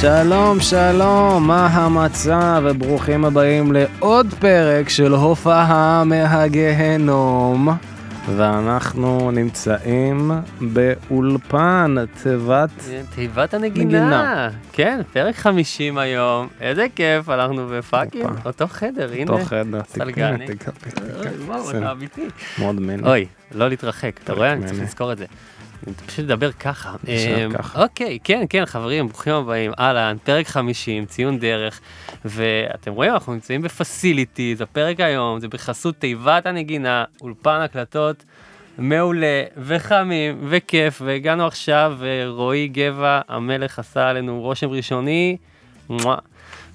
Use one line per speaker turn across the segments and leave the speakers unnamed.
שלום, שלום, מה המצב, וברוכים הבאים לעוד פרק של הופעה מהגהנום. ואנחנו נמצאים באולפן, תיבת...
כן, תיבת
נגינה.
הנגינה. כן, פרק 50 היום. איזה כיף, הלכנו בפאקינג
הופה.
אותו חדר, הנה.
אותו חדר,
סלגני.
תקפי,
אוי, וואו,
בסדר. כן.
אתה אמיתי.
מאוד מיני.
אוי, לא להתרחק, אתה
פרק
רואה? אני צריך
מעניין.
לזכור את זה. אני פשוט לדבר ככה.
נשאר
אמ,
ככה.
אוקיי, כן, כן, חברים, ברוכים הבאים. אהלן, פרק 50, ציון דרך. ואתם רואים, אנחנו נמצאים בפסיליטי, זה הפרק היום, זה בחסות תיבת הנגינה, אולפן הקלטות. מעולה, וחמים, וכיף, והגענו עכשיו, ורועי גבע, המלך עשה עלינו רושם ראשוני, מוואה,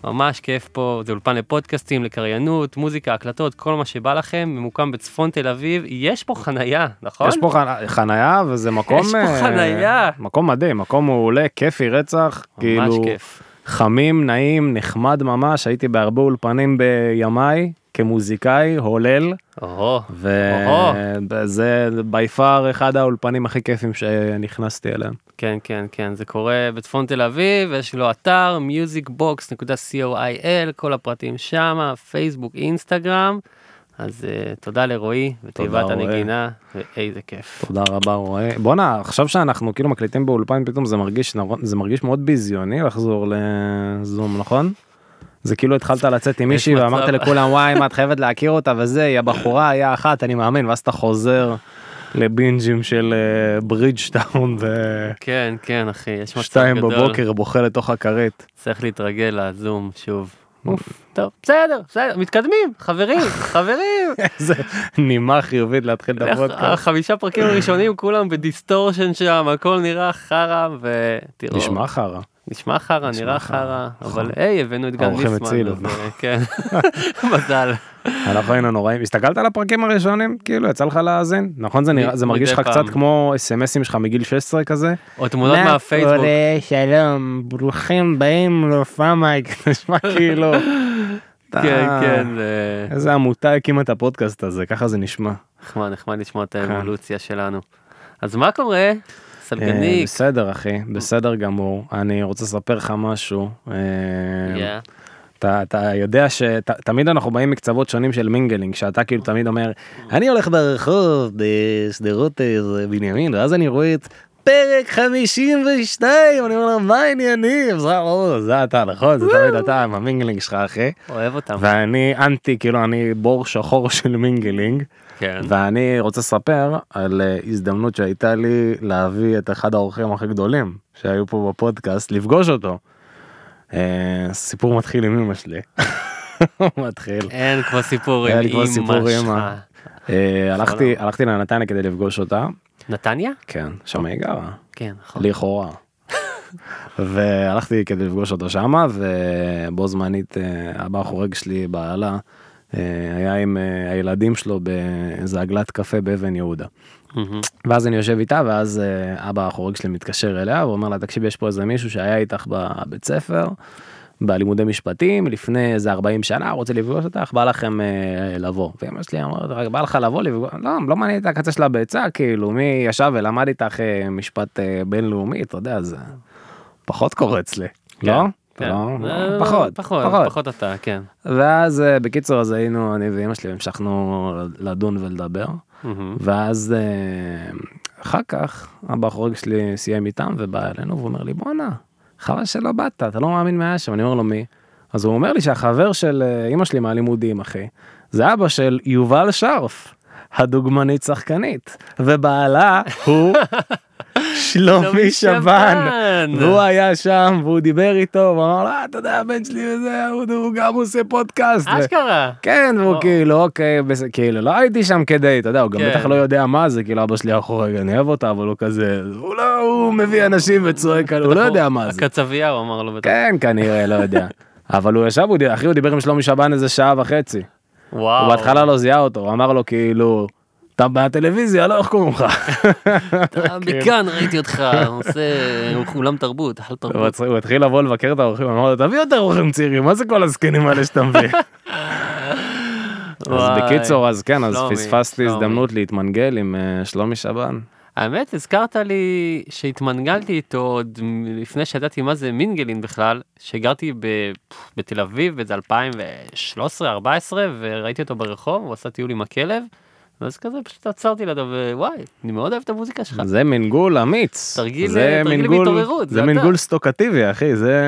ממש כיף פה, זה אולפן לפודקאסטים, לקריינות, מוזיקה, הקלטות, כל מה שבא לכם, ממוקם בצפון תל אביב, יש פה חנייה, נכון?
יש פה חנ- חנייה, וזה מקום...
יש פה
אה,
חנייה.
מקום מדהים, מקום מעולה, כיפי רצח,
ממש
כאילו...
כיף.
חמים, נעים, נחמד ממש, הייתי בהרבה אולפנים בימיי, כמוזיקאי, הולל.
או, אוהו.
וזה by far אחד האולפנים הכי כיפים שנכנסתי אליהם.
כן, כן, כן, זה קורה בצפון תל אביב, יש לו אתר musicbox.coil, כל הפרטים שמה, פייסבוק, אינסטגרם, אז uh, תודה לרועי, ותיבת
רועי.
הנגינה, ואיזה כיף.
תודה רבה רואה. בואנה עכשיו שאנחנו כאילו מקליטים באולפן פתאום זה מרגיש נכון זה מרגיש מאוד ביזיוני לחזור לזום נכון? זה כאילו התחלת לצאת עם מישהי
מצב.
ואמרת לכולם וואי מה את חייבת להכיר אותה וזה היא הבחורה היה אחת אני מאמין ואז אתה חוזר לבינג'ים של אה, ברידג'טאון
כן, כן, אחי, יש מצב
ושתיים
גדול.
בבוקר בוכה לתוך הכרית.
צריך להתרגל לזום שוב. אוף, טוב, בסדר, בסדר, מתקדמים, חברים, חברים.
איזה נימה חיובית להתחיל את
לך-
הפודקאסט.
החמישה פרקים הראשונים כולם בדיסטורשן שם, הכל נראה חרא, ותראו.
נשמע חרא.
נשמע חרא,
נשמע
נראה
חרא,
חרא, אבל
נכון.
היי, הבאנו את גן
האורחים
ליפמן,
הצילו.
אז, אה, כן, מזל.
אנחנו היינו נוראים. הסתכלת על הפרקים הראשונים? כאילו יצא לך להאזין? נכון זה נראה, זה
מ-
מרגיש לך
מדי
קצת
פעם.
כמו אסמסים שלך מגיל 16 כזה?
או תמונות
מה
מהפייסבוק.
קורה? שלום, ברוכים באים להופעה מייק. נשמע כאילו... אתה-
כן, כן, זה
איזה עמותה הקימה את הפודקאסט הזה, ככה זה נשמע.
נחמד, נחמד לשמוע את
כן.
האבולוציה שלנו. אז מה קורה?
אה,
סלגניק.
בסדר אחי, בסדר גמור. אני רוצה לספר לך משהו. אה,
יא.
אתה, אתה יודע שתמיד אנחנו באים מקצוות שונים של מינגלינג שאתה כאילו תמיד אומר אני הולך ברחוב בשדרות אה, בנימין ואז אני רואה את פרק 52 אני אומר לו מה העניינים זה, או, זה אתה נכון זה תמיד אתה עם המינגלינג שלך אחי
אוהב אותם.
ואני אנטי כאילו אני בור שחור של מינגלינג
כן.
ואני רוצה לספר על אה, הזדמנות שהייתה לי להביא את אחד האורחים הכי גדולים שהיו פה בפודקאסט לפגוש אותו. אה, סיפור מתחיל עם אמא שלי. הוא מתחיל.
אין כמו סיפור עם
היה לי כבר סיפור
אמא
עם
שלך.
אמא. אה, הלכתי הלכתי לנתניה כדי לפגוש אותה.
נתניה?
כן, שם היא גרה.
כן, נכון.
לכאורה. והלכתי כדי לפגוש אותו שמה ובו זמנית אה, הבא החורג שלי בעלה אה, היה עם אה, הילדים שלו באיזה עגלת קפה באבן יהודה.
מהמם.
ואז אני יושב איתה ואז אה, אבא החורג שלי מתקשר אליה ואומר לה תקשיב יש פה איזה מישהו שהיה איתך בבית ספר בלימודי משפטים לפני איזה 40 שנה רוצה לפגוש אותך בא לכם אה, לבוא. ואמא שלי אמרת "רק בא לך לבוא לפגוש לא לא מעניין את הקצה של הביצה כאילו מי ישב ולמד איתך אה, משפט אה, בינלאומי אתה יודע זה פחות קורה אצלי. לא?
כן.
לא?
אה,
פחות
פחות, פחות אתה, כן.
ואז אה, בקיצור אז היינו אני ואמא שלי המשכנו לדון ולדבר.
מהמם.
ואז אה, אחר כך הבא חורג שלי סיים איתם ובא אלינו ואומר לי בואנה חבל שלא באת אתה לא מאמין מה היה שם אני אומר לו מי. אז הוא אומר לי שהחבר של אה, אמא שלי מהלימודים אחי זה אבא של יובל שרף הדוגמנית שחקנית ובעלה הוא שלומי שבן. והוא
והוא
היה שם והוא דיבר איתו והוא אמר לו "אה, אתה יודע הבן שלי וזה הוא- הוא גם עושה פודקאסט. ו-
אשכרה.
כן והוא
וואו.
כאילו אוקיי בסדר כאילו לא הייתי שם כדי אתה יודע הוא גם
כן.
בטח לא יודע מה זה כאילו אבא שלי אחורה אני אוהב אותה אבל הוא כזה הוא לא הוא מביא אנשים וצועק עליו, הוא לא
נכון.
יודע מה זה.
הקצבייה הוא אמר לו בטח.
כן כנראה לא יודע. אבל הוא ישב הוא די- אחי הוא דיבר עם שלומי שבן איזה שעה וחצי.
וואו.
הוא בהתחלה לא זיהה אותו הוא אמר לו כאילו. אתה מהטלוויזיה לא איך קוראים לך. כן.
אתה אה, מכאן ראיתי אותך עושה אולם תרבות, אכל
הוא
תרבות.
הצ- הוא התחיל לבוא לבקר את האורחים אמר לו תביא יותר אורחים צעירים מה זה כל הזקנים האלה שאתה מביא. אז
וואי.
בקיצור אז כן אז
שלומי,
פספסתי
שלומי.
הזדמנות להתמנגל עם אה, שלומי שבן.
האמת, הזכרת לי שהתמנגלתי איתו עוד מ- לפני שידעתי מה זה מינגלין בכלל, שגרתי ב... בתל אביב באיזה 2013-2014, וראיתי אותו ברחוב, הוא עשה טיול עם הכלב, ואז כזה פשוט עצרתי לידו, ווואי, אני מאוד אוהב את המוזיקה שלך.
זה מנגול אמיץ.
תרגיל-
זה
תרגיל
מנגול-
בהתעוררות,
זה
זה אתה.
מנגול סטוקטיבי אחי זה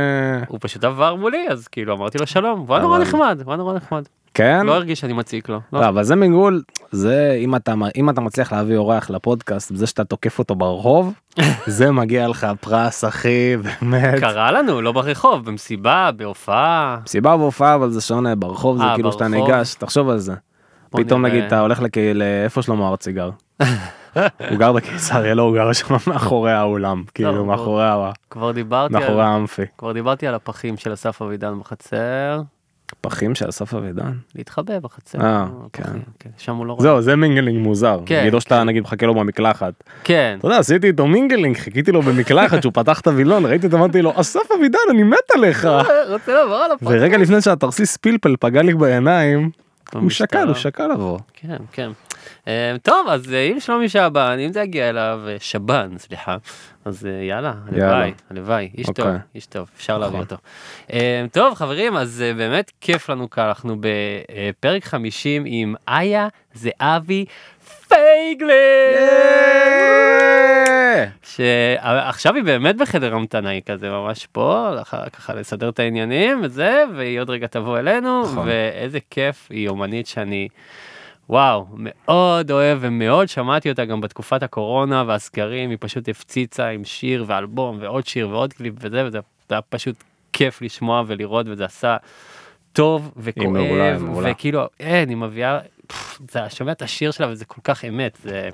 הוא פשוט עבר מולי, אז כאילו אמרתי לו שלום, והוא היה נורא
אבל-
נחמד, הוא היה נורא נחמד.
כן.
לא הרגיש שאני מציק לו. לא.
לא, אבל זה מנגול זה אם אתה אם אתה מצליח להביא אורח לפודקאסט זה שאתה תוקף אותו ברחוב זה מגיע לך פרס אחי באמת.
קרה לנו, לא ברחוב, במסיבה, בהופעה.
מסיבה והופעה אבל זה שונה ברחוב זה
אה,
כאילו שאתה
ברחוב.
ניגש תחשוב על זה.
בוא
פתאום
נראה.
נגיד אתה הולך לק- לאיפה שלמה ארציגר. הוא גר בקיסריה לא הוא גר שם מאחורי
לא,
האולם כאילו
הוא-
מאחורי ה-
כבר דיברתי על...
מאחורי האמפי.
כבר דיברתי על הפחים של אסף אבידן בחצר,
פחים של אסף אבידן.
להתחבא בחצר.
אה,
הפחים, כן. שם הוא לא רואה.
זהו זה מינגלינג מוזר.
כן,
נגיד או שאתה נגיד מחכה לו במקלחת.
כן.
אתה יודע עשיתי איתו מינגלינג חיכיתי לו במקלחת שהוא פתח את הווילון ראיתי אותו אמרתי לו אסף אבידן אני מת עליך.
אה, רוצה לעבור
לא.
על הפחים.
ורגע לפני שהתרסיס פלפל פגע לי בעיניים הוא
במשטרה.
שקל הוא שקל לבוא.
כן, כן. אה, טוב, אז אה, אם שלומי שבן, אם זה יגיע אליו, אה, שבן, סליחה, אז אה, יאללה, הלוואי,
יאללה.
הלוואי, איש
אוקיי. נכון.
טוב, איש טוב, אפשר להביא אותו. אה, טוב, חברים, אז אה, באמת כיף לנו כאן, אנחנו בפרק 50 עם איה זהבי פייגלר! שעכשיו היא באמת בחדר המתנה היא כזה ממש פה לאחר- ככה לסדר את העניינים וזה והיא עוד רגע תבוא אלינו
נכון.
ואיזה כיף היא אומנית שאני וואו מאוד אוהב ומאוד שמעתי אותה גם בתקופת הקורונה והסגרים היא פשוט הפציצה עם שיר ואלבום ועוד שיר ועוד קליפ וזה וזה היה פשוט כיף לשמוע ולראות וזה עשה טוב וכואב
מעולה, היא מעולה.
וכאילו אין היא מביאה פפ, אתה שומע את השיר שלה וזה כל כך אמת זה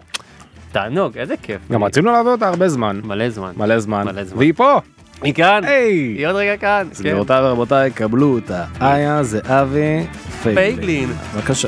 תענוג איזה כיף.
גם
היא-
רצינו להביא אותה הרבה זמן.
מלא זמן.
מלא זמן.
מלא זמן.
והיא פה.
היא כאן,
היי.
היא עוד רגע כאן.
אז
כן.
גבירותיי ורבותיי, קבלו אותה. איה זה אבי פייגלין.
פייגלין.
בבקשה.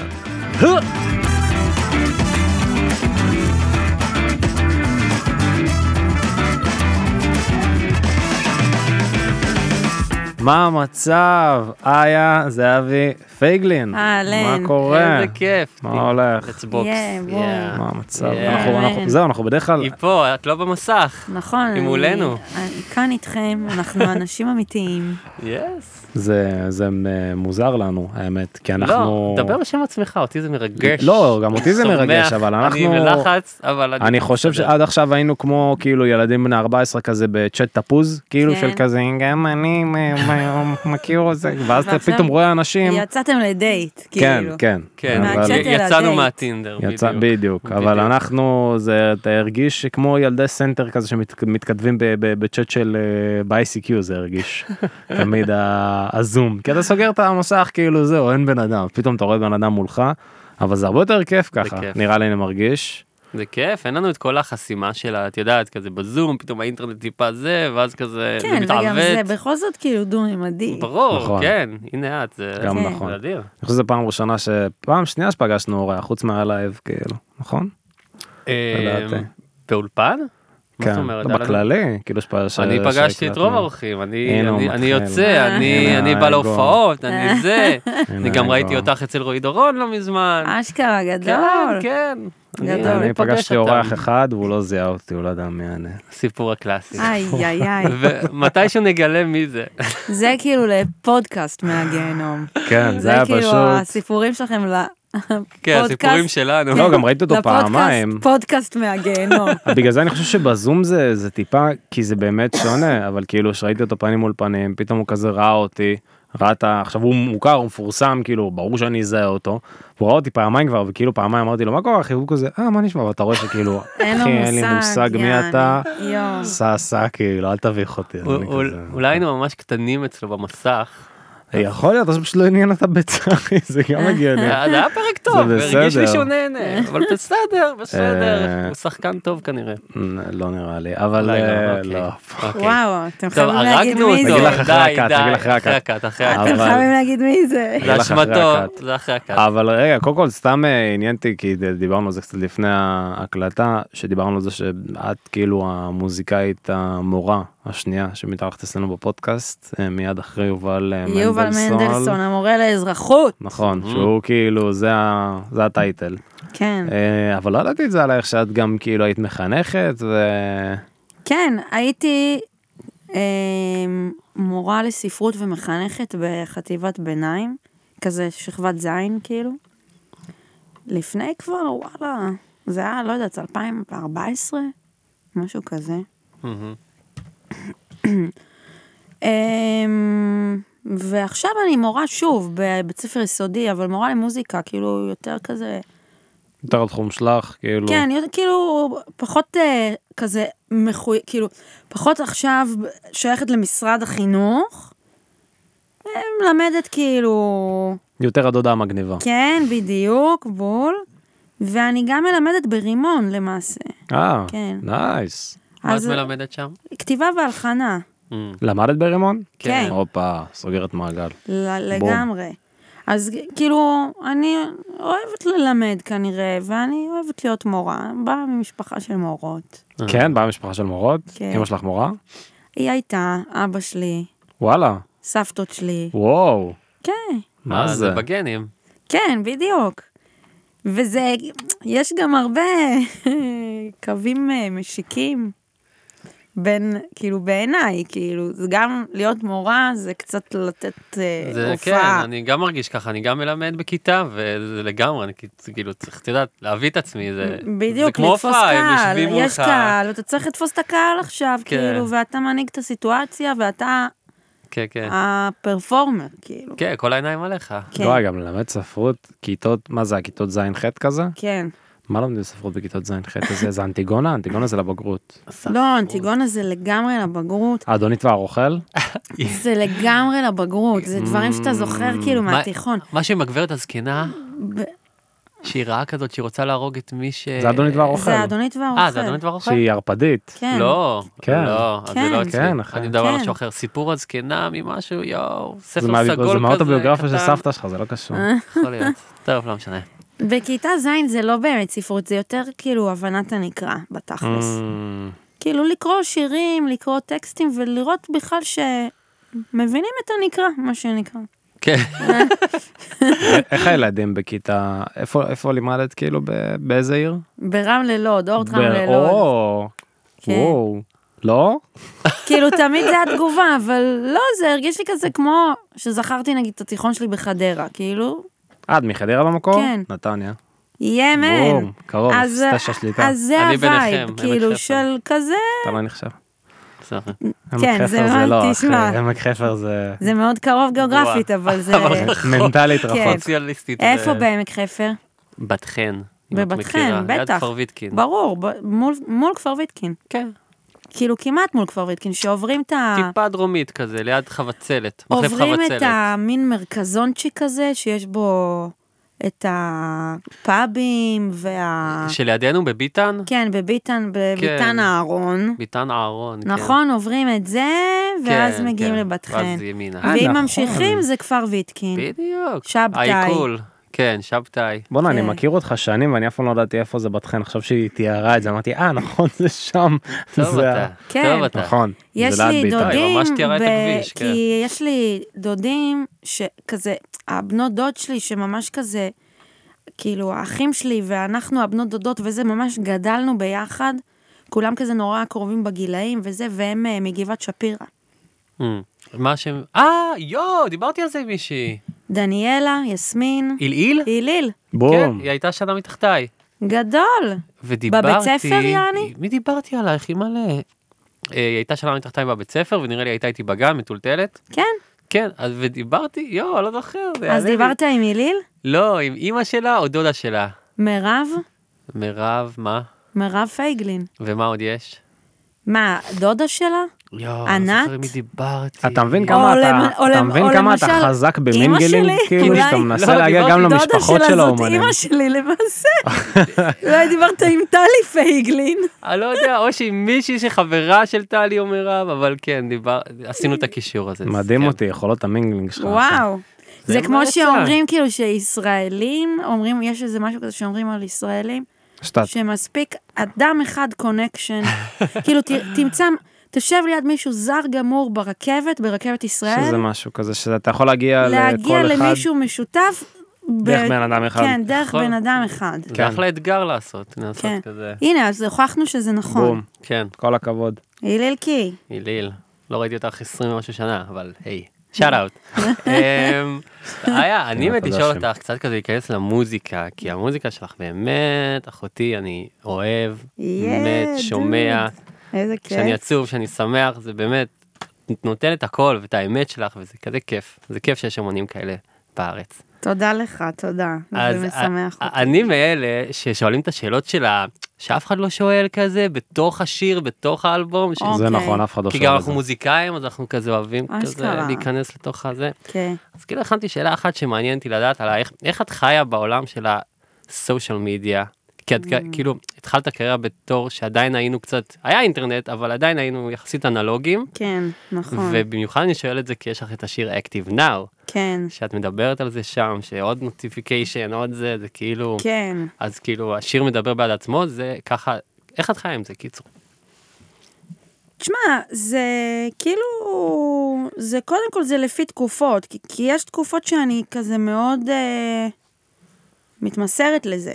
מה המצב? איה זה אבי פייגלין.
אהלן.
מה קורה?
איזה כיף.
מה הולך?
Let's box.
Yeah, בואו.
Yeah.
מה המצב?
Yeah.
אנחנו- אנחנו- זהו, אנחנו בדרך כלל...
היא פה, את לא במסך.
נכון.
היא
אני-
מולנו.
אני כאן איתכם, אנחנו אנשים אמיתיים.
יס.
זה זה אה, מוזר לנו, האמת, כי
לא,
אנחנו...
דבר בשם עצמך, אותי זה מרגש.
לא, גם אותי זה
שמח.
מרגש, אבל
אני
אנחנו-
בלחץ, אבל
אני חושב שעד עכשיו היינו כמו כאילו ילדים בני 14 כזה בצ'אט תפוז כאילו
כן.
של כזה גם אני מ- מ- מכיר את זה ואז אתה
ועכשיו
פתאום רואה אנשים
יצאתם לדייט,
כן
כאילו.
כן
כן,
אבל-
מהצ'אט אל
יצאנו
הדייט.
מהטינדר,
יצא
בדיוק.
בדיוק אבל
בדיוק.
אנחנו זה אתה הרגיש כמו ילדי סנטר כזה שמתכתבים ב- ב- בצ'אט של אה, ב-ICQ זה הרגיש תמיד ה- הזום כי אתה סוגר את המסך כאילו זהו אין בן אדם פתאום אתה רואה בן אדם מולך אבל זה הרבה יותר כיף ככה
כיף.
נראה לי אני מרגיש.
זה כיף, אין לנו את כל החסימה שלה, את יודעת, כזה בזום, פתאום האינטרנט טיפה זה, ואז כזה, זה
כן, וגם זה
מתעוות.
בכל זאת כאילו דו-ממדי.
ברור,
נכון.
כן, הנה את, זה
גם
זה
נכון.
אדיר.
אני חושב שזו פעם ראשונה ש... פעם שנייה שפגשנו אורח, חוץ מהלייב כאילו, נכון? לדעתי.
אה, באולפן? מה זאת
כן,
אומרת?
לא,
היה לנו-
בכללי, כאילו שפגשנו.
אני פגשתי את רוב האורחים, אני-
הנה הוא
אני אני
מתחיל. אה,
יוצא, אני-
הנה
אני בא
האגו.
להופעות,
אה.
אני זה, אני גם
האגו.
ראיתי אותך אצל רועי דורון לא מזמן.
אשכרה,
כן,
אה, גדול.
כן. אני-
גדול.
אני
אני
פוגש
פגשתי
אותם.
אורח אחד והוא לא זיהה אותי, הוא לא יודע מי אני.
סיפור הקלאסי.
איי, איי, איי.
ומתישהו נגלה מי זה.
זה כאילו לפודקאסט מהגיהנום.
כן, זה
זה
היה
כאילו
פשוט.
הסיפורים שלכם
כן,
לפודקאסט.
הסיפורים שלנו.
לא, גם ראיתי אותו
לפודקאסט-
פעמיים.
פודקאסט מהגיהנום.
בגלל זה אני חושב שבזום זה זה טיפה כי זה באמת שונה אבל כאילו שראיתי אותו פנים מול פנים פתאום הוא כזה ראה אותי ראה את ה... עכשיו הוא מוכר, הוא מפורסם, כאילו, ברור שאני אזהה אותו. הוא ראה אותי פעמיים כבר, וכאילו פעמיים אמרתי לו, מה קורה אחי? הוא כזה, אה, מה נשמע? ואתה רואה שכאילו,
אין לו
אחי, כן, אין לי מושג מי אתה.
יעני. יואו.
סע, סע, כאילו, אל תביך אותי. אז
אול-
אני
אול-
כזה,
אולי היינו ממש קטנים אצלו במסך.
יכול להיות, אז פשוט לא עניין את הביצה, אחי, זה גם הגיוני.
אה, זה היה פרק טוב, הרגיש לי
בסדר.
שהוא נהנה, אבל בסדר, בסדר,
אה.
הוא שחקן טוב כנראה.
לא נראה לי, אבל
אולי
אה,
אוקיי.
לא.
אוקיי.
וואו, אתם
טוב,
חייבים להגיד
הרגנו
מי
אותו,
זה.
נגיד לך אחרי
די,
הקאט,
די,
נגיד לך אחרי
אחרי
הקאט.
הקאט, אחרי
אבל-
אתם
הקאט.
חייבים להגיד מי זה.
נגיד
זה
לך אחרי
אשמתו,
הקאט.
זה אחרי הקאט.
אבל רגע, קודם כל סתם אה, עניין אותי, כי ד- דיברנו על זה קצת לפני ההקלטה, שדיברנו על זה שאת כאילו המוזיקאית המורה השנייה שמתארחת אצלנו בפודקאסט, אה, מיד אחרי יובל אה, מנדלסון.
יובל מנדלסון, המורה לאזרחות.
נכון, שהוא כאילו, זה ה- זה הטייטל.
כן.
אה, אבל לא ידעתי את זה עלייך, שאת גם כאילו היית מחנכת, ו...
כן, הייתי אה, מורה לספרות ומחנכת בחטיבת ביניים, כזה שכבת זין כאילו. לפני כבר, וואלה, זה היה, לא יודעת, 2014? משהו כזה. אמ, ועכשיו אני מורה שוב בבית ספר יסודי, אבל מורה למוזיקה, כאילו יותר כזה
יותר התחום שלך,
לא.
כאילו.
כן, יותר, כאילו, פחות אה, כזה מחוי... כאילו, פחות עכשיו שייכת למשרד החינוך, אה, מלמדת כאילו...
יותר הדודה המגניבה.
כן, בדיוק, בול. ואני גם מלמדת ברימון למעשה.
אה,
כן.
נייס.
מה את
אז
מלמדת שם?
כתיבה והלחנה,
למדת ברימון?
כן.
הופה, סוגרת מעגל.
ל- לגמרי. אז כאילו, אני אוהבת ללמד כנראה, ואני אוהבת להיות מורה, באה ממשפחה של מורות.
אה.
כן, באה משפחה של מורות?
כן.
אמא שלך מורה?
היא הייתה, אבא שלי,
וואלה,
סבתות שלי.
וואו,
כן.
מה
אה,
זה?
בגנים.
כן, בדיוק. וזה, יש גם הרבה קווים אה, משיקים בין, כאילו בעיניי, כאילו, זה גם להיות מורה זה קצת לתת אה,
זה כן,
הופעה.
אני גם מרגיש ככה, אני גם מלמד בכיתה, וזה לגמרי, אני כ- כאילו צריך, את יודעת, להביא את עצמי, זה זה
בדיוק,
כמו
לתפוס
הופעה, הם
קהל,
יושבים מולך.
יש קהל, אתה צריך לתפוס את הקהל עכשיו,
כן.
כאילו, ואתה מנהיג את הסיטואציה, ואתה
כן, כן.
הפרפורמר, כאילו.
כן, כל העיניים עליך.
אה. כן,
לא, גם ללמד ספרות, כיתות, מה זה, הכיתות ז'-ח' כזה?
כן.
מה לומדים ספרות בכיתות ז'-ח' כזה? זה אנטיגונה? אנטיגונה זה לבגרות.
לא, אנטיגונה זה לגמרי לבגרות,
האדונית והרוכל?
אה,
זה לגמרי לבגרות, זה דברים שאתה זוכר כאילו
מה-
מהתיכון.
מה שעם הגברת הזקנה,
ב-
שהיא רעה כזאת, שהיא רוצה להרוג את מי ש...
זה אדונית והרוכל.
זה האדונית והאוכל.
אה, זה אדונית והרוכל?
שהיא ערפדית.
כן.
לא,
כן.
לא, אז זה
כן.
לא אצלי.
כן, אחי.
אני מדבר על
כן.
משהו אחר, סיפור הזקנה ממשהו, יואו, ספר
זה
סגול
מה-
כזה,
זה מהאוטוביוגרפיה של
קטן.
סבתא שלך, זה לא קשור.
יכול להיות, טוב, לא משנה.
בכיתה ז' זה לא באמת ספרות, זה יותר כאילו הבנת הנקרא בתכלס.
Mm,
כאילו לקרוא שירים, לקרוא טקסטים ולראות בכלל שמבינים את הנקרא, מה שנקרא.
כן,
איך הילדים בכיתה, איפה- איפה לימדת כאילו, ב- באיזה עיר?
ברמלה לוד, אורט רמלה לוד.
או,
כן.
וואו. לא?
כאילו תמיד זה התגובה, אבל לא, זה הרגיש לי כזה כמו שזכרתי נגיד את התיכון שלי בחדרה, כאילו,
אה, את מחדרה במקור?
כן.
נתניה.
ימן.
בום, קרוב,
אז
תשע שליטה.
אז זה
אני ביניכם,
הווייב,
עמק
כאילו,
חפר.
של כזה,
אתה לא נחשב.
בסדר.
כן,
עמק
זה
חפר
מאוד-
לא,
תשמע.
אחי, עמק חפר זה
זה מאוד קרוב גיאוגרפית, אבל זה...
מנטלית
כן.
רחוק.
סוציאליסטית.
איפה
ו-
בעמק חפר?
בת חן. אם את
בבת
מכירה,
חן, בטח.
ליד כפר ויתקין.
ברור, ב- מול, מול כפר ויתקין.
כן,
כאילו כמעט מול כפר ויתקין, שעוברים את ה...
טיפה דרומית כזה, ליד חבצלת. מחלף
אה. עוברים את
חבצלת.
המין מרכזונצ'יק הזה, שיש בו את הפאבים וה...
שלידינו בביטן,
כן, בביטן, בביטן אהרון.
ביטן אהרון. כן.
נכון, עוברים את זה, ואז
כן,
מגיעים
כן.
לבת חן.
ואז ימינה.
אה,
ואם
נכון.
ממשיכים זה כפר ויתקין.
בדיוק.
שבתאי.
העיכול. כן, שבתאי.
בואנה, אני
כן.
מכיר אותך שנים ואני אף פעם לא ידעתי איפה זה בת חן, עכשיו שהיא תיארה את זה, אמרתי, אה, נכון, זה שם.
טוב
זה
אתה.
ה-
כן.
טוב אתה.
נכון.
יש
זה ליד
לי
בית"ר.
דודים,
ממש תיארה את הכביש, כן.
כי יש לי דודים שכזה, הבנות דוד שלי שממש כזה, כאילו האחים שלי ואנחנו הבנות דודות וזה, ממש גדלנו ביחד, כולם כזה נורא קרובים בגילאים וזה, והם אה, מגבעת שפירא.
אמ, מה השם? אה, יואו, דיברתי על זה עם מישהי.
דניאלה, יסמין,
עילעיל?
היליל,
כן,
בום.
היא הייתה שנה מתחתיי.
גדול.
ודיברתי...
בבית ספר, יעני?
מי דיברתי עלייך? היא מלא. אה, היא הייתה שנה מתחתיי בבית ספר, ונראה לי הייתה איתי בגן, מטולטלת.
כן,
כן, אז ודיברתי, יואו, לא זוכר. זה יעלה
אז
לי.
דיברת עם היליל?
לא, עם אימא שלה או דודה שלה.
מירב?
מירב, מה?
מירב פייגלין.
ומה עוד יש?
מה, דודה שלה?
יואו,
ענת?
לא זוכר עם מי דיברתי.
אתה מבין
או
כמה אתה,
למ- או
אתה
למ-
מבין
או
כמה אתה
למשל,
חזק
אמא
במינגלים,
שלי,
כאילו
אולי-
שאתה מנסה
לא,
להגיע
דיברתי
גם
עם
דודה
למשפחות של
שלה זאת
האומנים.
אימא שלי למעשה. אולי דיברת עם טלי פייגלין.
אני לא יודע, או שהיא מישהי שחברה של טלי או מירב, אבל כן, דיבר... עשינו את הקישור הזה.
מדהים
כן.
אותי, יכולות המינגלינג שלך.
וואו.
זה
זה
מה
כמו
יצא.
שאומרים כאילו שישראלים, אומרים, יש איזה משהו כזה שאומרים על ישראלים,
שאתה,
שמספיק אדם אחד קונקשן. כאילו ת- תמצא, תשב ליד מישהו זר גמור ברכבת, ברכבת
שזה
ישראל,
משהו כזה, שאתה יכול להגיע
להגיע
לכל אחד.
למישהו משותף. ב-
דרך בן אדם אחד.
כן, דרך
נכון.
בן אדם אחד.
זה
כן.
אחלה אתגר לעשות, לעשות
כן.
כזה.
הנה, אז הוכחנו שזה נכון.
בום,
כן,
כל הכבוד.
הלל קי.
היליל, לא ראיתי אותך 20 ומשהו שנה, אבל היי, שאט אאוט. היה, אני מת
תודה
לשאול
השם.
אותך קצת כזה להיכנס למוזיקה, כי המוזיקה שלך באמת, אחותי, אני אוהב,
יא,
מת, שומע,
איזה
כשאני
כיף.
עצוב, כשאני שמח, זה באמת, את נותנת הכל ואת האמת שלך, וזה כזה כיף, זה כיף שיש אמנים כאלה בארץ.
תודה לך, תודה.
אז
זה משמח
א-
אותי.
אני מאלה ששואלים את השאלות שלה, שאף אחד לא שואל כזה, בתוך השיר, בתוך האלבום, ש-
אוקיי.
זה נכון, אף אחד לא
כי
שואל
גם
את זה.
אנחנו מוזיקאים, אז אנחנו כזה אוהבים כזה
אשכרה.
להיכנס לתוך הזה.
כן.
אז כאילו הכנתי שאלה אחת שמעניין אותי לדעת עליה, איך- איך את חיה בעולם של הסושיאל מדיה? כי את
Mm.
כ- כאילו התחלת קריירה בתור שעדיין היינו קצת, היה אינטרנט, אבל עדיין היינו יחסית אנלוגיים.
כן, נכון.
ובמיוחד אני שואל את זה כי יש לך את השיר Active Now,
כן,
שאת מדברת על זה שם, שעוד נוטיפיקיישן, עוד זה, זה כאילו,
כן.
אז כאילו השיר מדבר בעד עצמו, זה ככה, איך את חיה עם זה, קיצור?
תשמע, זה כאילו, זה קודם כל זה לפי תקופות, כי, כי יש תקופות שאני כזה מאוד אה, מתמסרת לזה.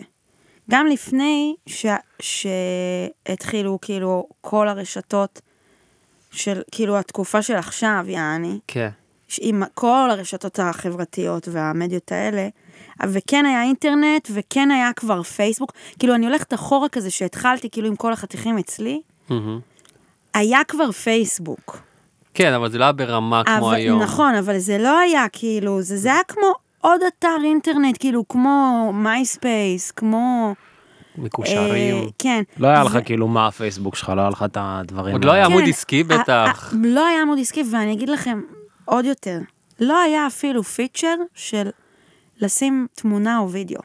גם לפני ש, שהתחילו כאילו כל הרשתות של כאילו התקופה של עכשיו, יעני,
כן.
ש- עם כל הרשתות החברתיות והמדיות האלה, וכן היה אינטרנט, וכן היה כבר פייסבוק, כאילו אני הולכת אחורה כזה שהתחלתי כאילו עם כל החתיכים אצלי, היה כבר פייסבוק.
כן, אבל זה לא היה ברמה כמו
אבל-
היום.
נכון, אבל זה לא היה כאילו, זה, זה היה כמו עוד אתר אינטרנט, כאילו כמו מייספייס, כמו...
מקושרים.
כן.
לא היה לך כאילו מה הפייסבוק שלך, לא היה לך את הדברים
עוד לא היה
כן,
עמוד עסקי
ה-
בטח.
ה- לא היה עמוד עסקי, ואני אגיד לכם עוד יותר, לא היה אפילו פיצ'ר של לשים תמונה או וידאו.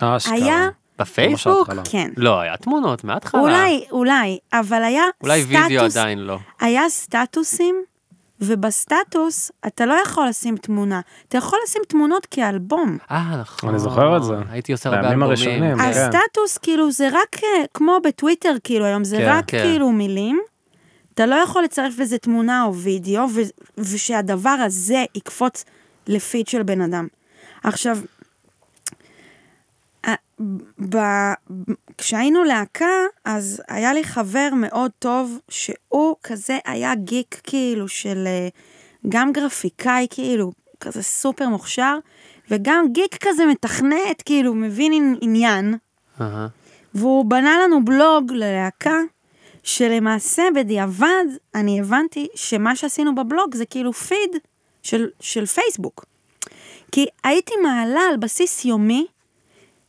היה, אשכרה.
היה-
בפייסבוק?
ממש ההתחלה.
כן.
לא, היה תמונות מההתחלה.
אולי, אולי, אבל היה
אולי וידאו
סטטוס,
עדיין לא.
היה סטטוסים, ובסטטוס אתה לא יכול לשים תמונה, אתה יכול לשים תמונות כאלבום.
אה, נכון.
אני זוכר את זה.
הייתי עושה הרבה
בימים
אלבומים.
הראשונים,
כן.
אז-
הסטטוס כאילו זה רק אה, כמו בטוויטר כאילו היום, זה
כן,
רק
כן.
כאילו מילים. אתה לא יכול לצרף לזה תמונה או וידאו, ו- ושהדבר הזה יקפוץ לפיד של בן אדם. עכשיו, ה- ב- כשהיינו להקה, אז היה לי חבר מאוד טוב, שהוא כזה היה גיק כאילו של אה, גם גרפיקאי כאילו, כזה סופר מוכשר, וגם גיק כזה מתכנת, כאילו מבין עני- עניין,
כן.
אהה.
והוא בנה לנו בלוג ללהקה, שלמעשה בדיעבד אני הבנתי שמה שעשינו בבלוג זה כאילו פיד של, של פייסבוק. כי הייתי מעלה על בסיס יומי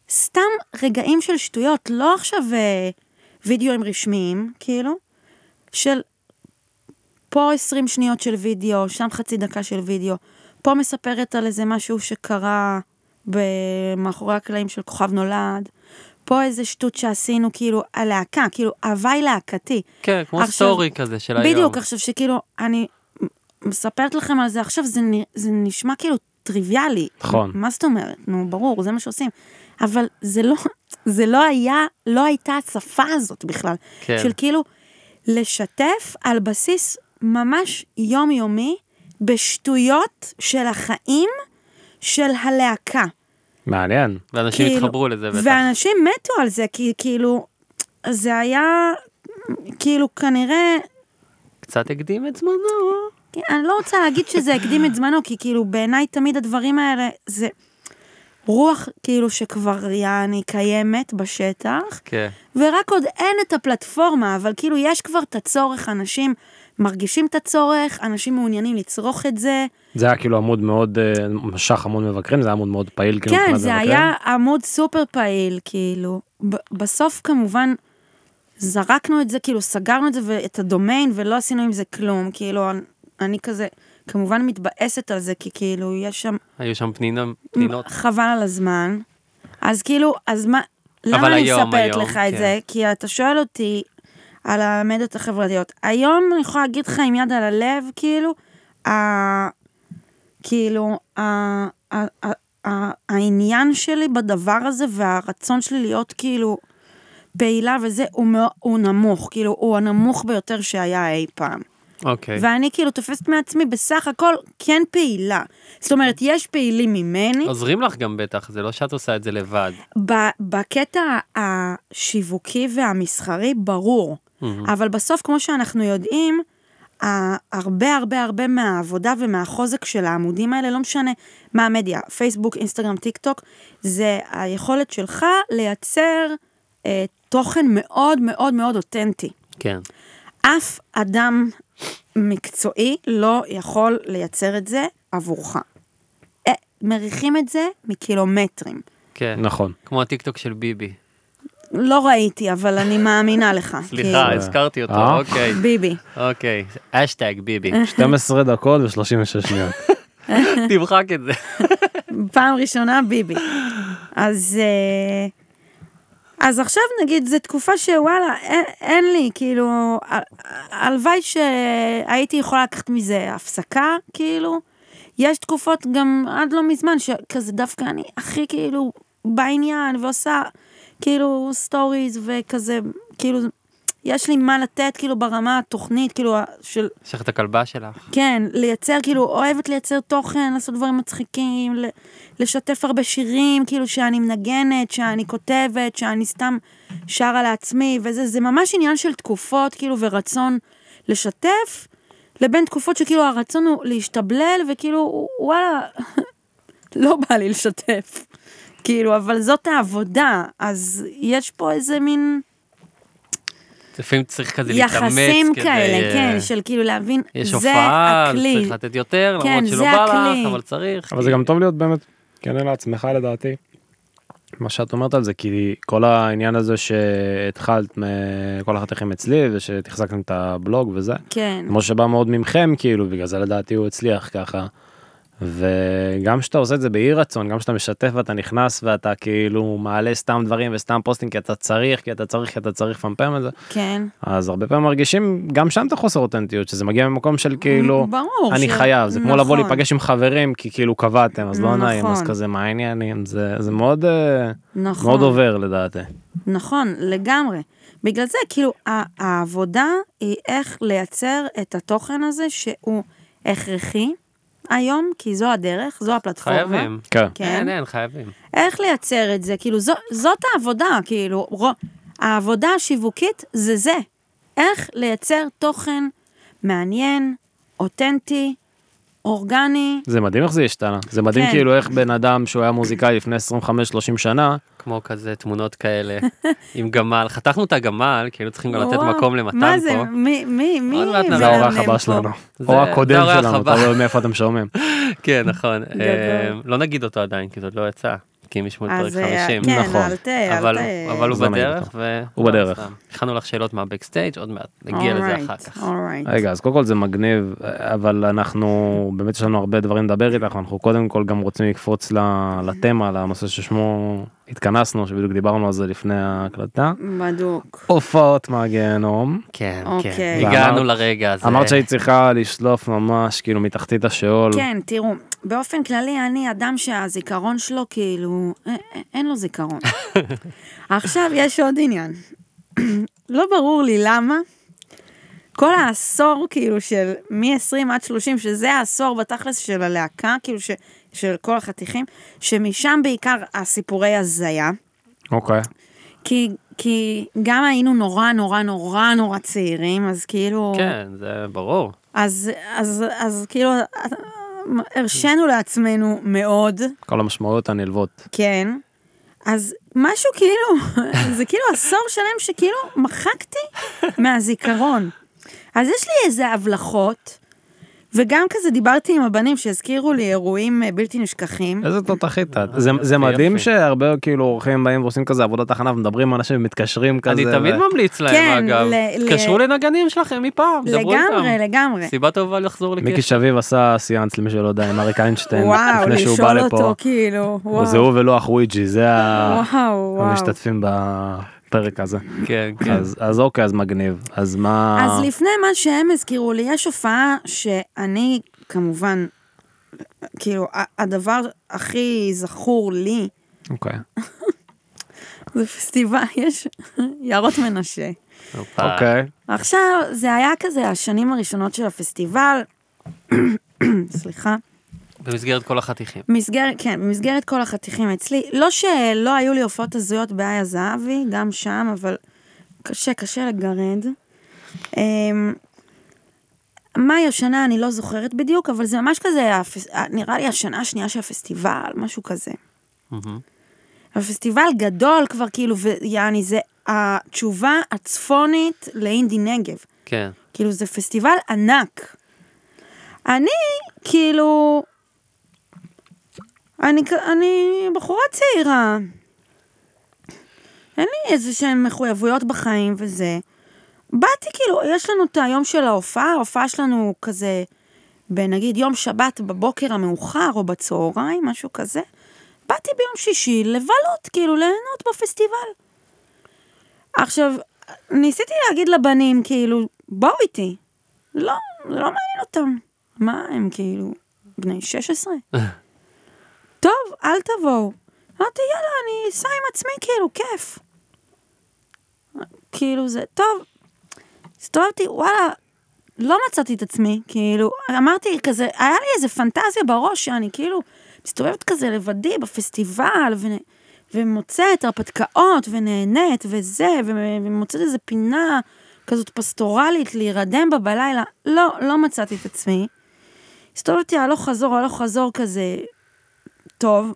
סתם רגעים של שטויות, לא עכשיו אה, וידאוים רשמיים, כאילו, של פה 20 שניות של וידאו, שם חצי דקה של וידאו, פה מספרת על איזה משהו שקרה ב- מאחורי הקלעים של כוכב נולד, פה איזה שטות שעשינו, כאילו, הלהקה, כאילו, הוואי להקתי.
כן, כמו
עכשיו-
סטורי כזה של היום.
בדיוק, עכשיו שכאילו, אני מספרת לכם על זה עכשיו, זה, נ- זה נשמע כאילו טריוויאלי.
נכון.
מה זאת אומרת? נו, ברור, זה מה שעושים. אבל זה לא, זה לא היה, לא הייתה השפה הזאת בכלל.
כן.
של כאילו, לשתף על בסיס ממש יומיומי, בשטויות של החיים של הלהקה.
מעניין.
ואנשים
כאילו,
התחברו לזה בטח.
ואנשים מתו על זה, כי כאילו, זה היה, כאילו, כנראה...
קצת הקדים את זמנו.
כן, אני לא רוצה להגיד שזה הקדים את זמנו, כי כאילו בעיניי תמיד הדברים האלה זה רוח כאילו שכבר יעני קיימת בשטח,
כן.
ורק עוד אין את הפלטפורמה, אבל כאילו יש כבר את הצורך, אנשים מרגישים את הצורך, אנשים מעוניינים לצרוך את זה.
זה היה כאילו עמוד מאוד, אה, משך המון מבקרים, זה היה עמוד מאוד פעיל. כאילו,
כן,
מבחינת
זה
מבקרים.
היה עמוד סופר פעיל, כאילו. ב- בסוף כמובן זרקנו את זה, כאילו סגרנו את זה ואת הדומיין ולא עשינו עם זה כלום, כאילו אני- אני כזה כמובן מתבאסת על זה, כי כאילו יש שם
היו שם פנינים, פנינות.
חבל על הזמן. אז כאילו, אז מה, למה
אבל
אני
היום,
מספרת
היום,
לך את
כן.
זה? כי אתה שואל אותי על המדיות החברתיות. היום אני יכולה להגיד לך עם יד על הלב, כאילו, ה- כאילו, ה- ה- ה- ה- העניין שלי בדבר הזה והרצון שלי להיות כאילו פעילה וזה, הוא מאו- הוא נמוך, כאילו, הוא הנמוך ביותר שהיה אי פעם.
אוקיי.
ואני כאילו תופסת מעצמי בסך הכל כן פעילה. זאת אומרת, יש פעילים ממני,
עוזרים לך גם בטח, זה לא שאת עושה את זה לבד.
ב- בקטע השיווקי והמסחרי, ברור. אבל בסוף, כמו שאנחנו יודעים, ה- הרבה הרבה הרבה מהעבודה ומהחוזק של העמודים האלה, לא משנה מה המדיה, פייסבוק, אינסטגרם, טיק טוק, זה היכולת שלך לייצר אה, תוכן מאוד מאוד מאוד אותנטי.
כן.
אף אדם מקצועי לא יכול לייצר את זה עבורך. אה, מריחים את זה מקילומטרים.
כן.
נכון.
כמו הטיקטוק של ביבי.
לא ראיתי, אבל אני מאמינה לך.
סליחה,
כאילו.
הזכרתי אותו,
אה?
אוקיי.
ביבי.
אוקיי. אשטג ביבי.
12 דקות ו-36 שניות.
תמחק את זה.
פעם ראשונה ביבי. אז... אה, אז עכשיו נגיד, זו תקופה שוואלה, אין, אין לי, כאילו, ה- ה- הלוואי שהייתי יכולה לקחת מזה הפסקה, כאילו. יש תקופות גם עד לא מזמן, שכזה דווקא אני הכי כאילו בעניין, ועושה כאילו סטוריז וכזה, כאילו, יש לי מה לתת כאילו ברמה התוכנית, כאילו, ה- של
יש לך את הכלבה שלך.
כן, לייצר, כאילו, אוהבת לייצר תוכן, לעשות דברים מצחיקים, ל- לשתף הרבה שירים, כאילו, שאני מנגנת, שאני כותבת, שאני סתם שרה לעצמי, וזה, זה ממש עניין של תקופות, כאילו, ורצון לשתף, לבין תקופות שכאילו הרצון הוא להשתבלל, וכאילו, וואלה, לא בא לי לשתף. כאילו, אבל זאת העבודה, אז יש פה איזה מין
לפעמים צריך כזה להתאמץ.
יחסים
כדי,
כאלה,
אה,
כן, של כאילו להבין,
יש
זה
הופעה, אז
הכלי.
צריך לתת יותר,
כן,
למרות
זה
שלא בא
הכלי.
לך, אבל צריך.
אבל זה גם טוב להיות באמת כנה לעצמך לדעתי. מה שאת אומרת על זה כי כל העניין הזה שהתחלת מ- כל החתכים אצלי ושתחזקתם את הבלוג וזה.
כן.
כמו שבא מאוד ממכם כאילו בגלל זה לדעתי הוא הצליח ככה. וגם כשאתה עושה את זה באי רצון גם כשאתה משתף ואתה נכנס ואתה כאילו מעלה סתם דברים וסתם פוסטים כי אתה צריך כי אתה צריך כי אתה צריך לפמפם את זה
כן.
אז הרבה פעמים מרגישים גם שם את החוסר אותנטיות שזה מגיע ממקום של כאילו
Mm, ברור
אני
ש-
חייב זה כמו לבוא
נכון.
להיפגש עם חברים כי כאילו קבעתם אז לא
נכון.
נעים אז כזה מה העניינים זה זה מאוד אה,
נכון.
מאוד עובר לדעתי
נכון, לגמרי. בגלל זה, כאילו, ה- העבודה היא איך לייצר את התוכן הזה שהוא הכרחי היום, כי זו הדרך, זו הפלטפורמה.
חייבים.
כן
כן.
אין, אין, חייבים.
איך לייצר את זה, כאילו, זו, זאת העבודה, כאילו, רו- העבודה השיווקית זה זה. איך לייצר תוכן מעניין, אותנטי, אורגני.
זה מדהים איך זה השתנה זה מדהים
כן.
כאילו איך בן אדם שהוא היה מוזיקאי לפני 25-30 שנה
כמו כזה תמונות כאלה עם גמל. חתכנו את הגמל, כאילו צריכים גם לתת
וואו,
מקום למתן פה.
מה זה, מי, מי, מי,
עוד מעט נדע.
זה האורח
מלמלם
הבא
פה?
שלנו
זה-
או
זה
הקודם
האורח
שלנו
הבא.
אתה רואה מאיפה אתם שומעים
כן, נכון.
גדול.
אה, לא נגיד אותו עדיין, כי זה עוד לא יצא. כי אם ישמעו את פרק
אז אה,
50.
כן,
נכון.
אל ת... אל
אבל,
ת-
אבל הוא
אז לא נגיד
בדרך,
אותו.
ו...
הוא בדרך.
סתם. הכנו לך שאלות מהבקסטייג', עוד מעט נגיע לזה אחר
Alright,
כך.
alright.
רגע אז קודם כל זה מגניב אבל אנחנו באמת יש לנו הרבה דברים לדבר איתך אנחנו קודם כל גם רוצים לקפוץ ל- לתמה לנושא ששמו התכנסנו שבדיוק דיברנו על זה לפני ההקלטה.
בדוק.
הופעות מהגיהנום.
כן, כן.
אוקיי.
הגענו
ואמרת-
לרגע הזה.
אמרת שהיית צריכה לשלוף ממש כאילו מתחתית השאול.
כן, תראו, באופן כללי אני אדם שהזיכרון שלו כאילו, א- א- אין לו זיכרון. עכשיו יש עוד עניין. לא ברור לי למה. כל העשור כאילו של מ-20 עד 30, שזה העשור בתכלס של הלהקה, כאילו ש, של כל החתיכים, שמשם בעיקר הסיפורי הזיה.
אוקיי.
כי, כי גם היינו נורא נורא נורא נורא צעירים, אז כאילו...
כן, זה ברור.
אז, אז, אז כאילו, הרשינו לעצמנו מאוד,
כל המשמעויות הנלוות.
כן. אז משהו כאילו, זה כאילו עשור שלם שכאילו מחקתי מהזיכרון. אז יש לי איזה הבלחות, וגם כזה דיברתי עם הבנים שהזכירו לי אירועים אה, בלתי נשכחים.
איזה תותחית את. זה- זה
יופי.
מדהים שהרבה כאילו אורחים באים ועושים כזה עבודת הכנה ומדברים עם אנשים ומתקשרים כזה.
אני תמיד
ו-
ממליץ
כן,
להם אגב.
ל-
תתקשרו
ל-
לנגנים שלכם מפעם, דברו
לגמרי,
איתם.
לגמרי.
סיבה טובה לחזור
מיקי
לקשר.
שביב עשה סיאנס למי שלא יודע עם אריק איינשטיין
וואו,
לפני שהוא בא
לשאול
לפה.
אותו, כאילו, וואו.
זה הוא ולא החוויג'י זה ה-
וואו, וואו.
המשתתפים בפרק הזה.
כן, כן.
אז אז אוקיי אז מגניב אז מה
אז לפני מה שהם הזכירו לי, יש הופעה שאני, כמובן, כאילו, ה- הדבר הכי זכור לי,
אוקיי.
זה פסטיבל, יש יערות מנשה.
אוקיי.
עכשיו, זה היה כזה השנים הראשונות של הפסטיבל, סליחה,
אה, במסגרת כל החתיכים.
מסגרת, כן, במסגרת כל החתיכים אצלי, לא שלא היו לי הופעות הזויות באיה זהבי, גם שם, אבל קשה, קשה לגרד. אמ, מאי השנה אני לא זוכרת בדיוק, אבל זה ממש כזה, הפס- נראה לי השנה השנייה של הפסטיבל, משהו כזה.
מהמם.
הפסטיבל גדול כבר, כאילו, ויעני, זה התשובה הצפונית לאינדי נגב.
כן.
כאילו, זה פסטיבל ענק. אני, כאילו... אני, כ- אני בחורה צעירה. אין לי איזה שהן מחויבויות בחיים וזה. באתי, כאילו, יש לנו את היום של ההופעה, ההופעה שלנו כזה, בנגיד יום שבת בבוקר המאוחר או בצהריים, משהו כזה. באתי ביום שישי לבלות, כאילו, ליהנות בפסטיבל. עכשיו, ניסיתי להגיד לבנים, כאילו, בואו איתי. לא, זה לא מעניין אותם. מה, הם כאילו בני 16? טוב, אל תבואו. אמרתי, יאללה, אני אסע עם עצמי, כאילו, כיף. כאילו זה, טוב. הסתובבתי, וואלה, לא מצאתי את עצמי, כאילו, אמרתי כזה, היה לי איזה פנטזיה בראש שאני כאילו מסתובבת כזה לבדי בפסטיבל, ו... ומוצאת הרפתקאות, ונהנית, וזה, ו... ומוצאת איזה פינה כזאת פסטורלית להירדם בה בלילה. לא, לא מצאתי את עצמי. הסתובבתי הלוך חזור, הלוך חזור כזה, טוב,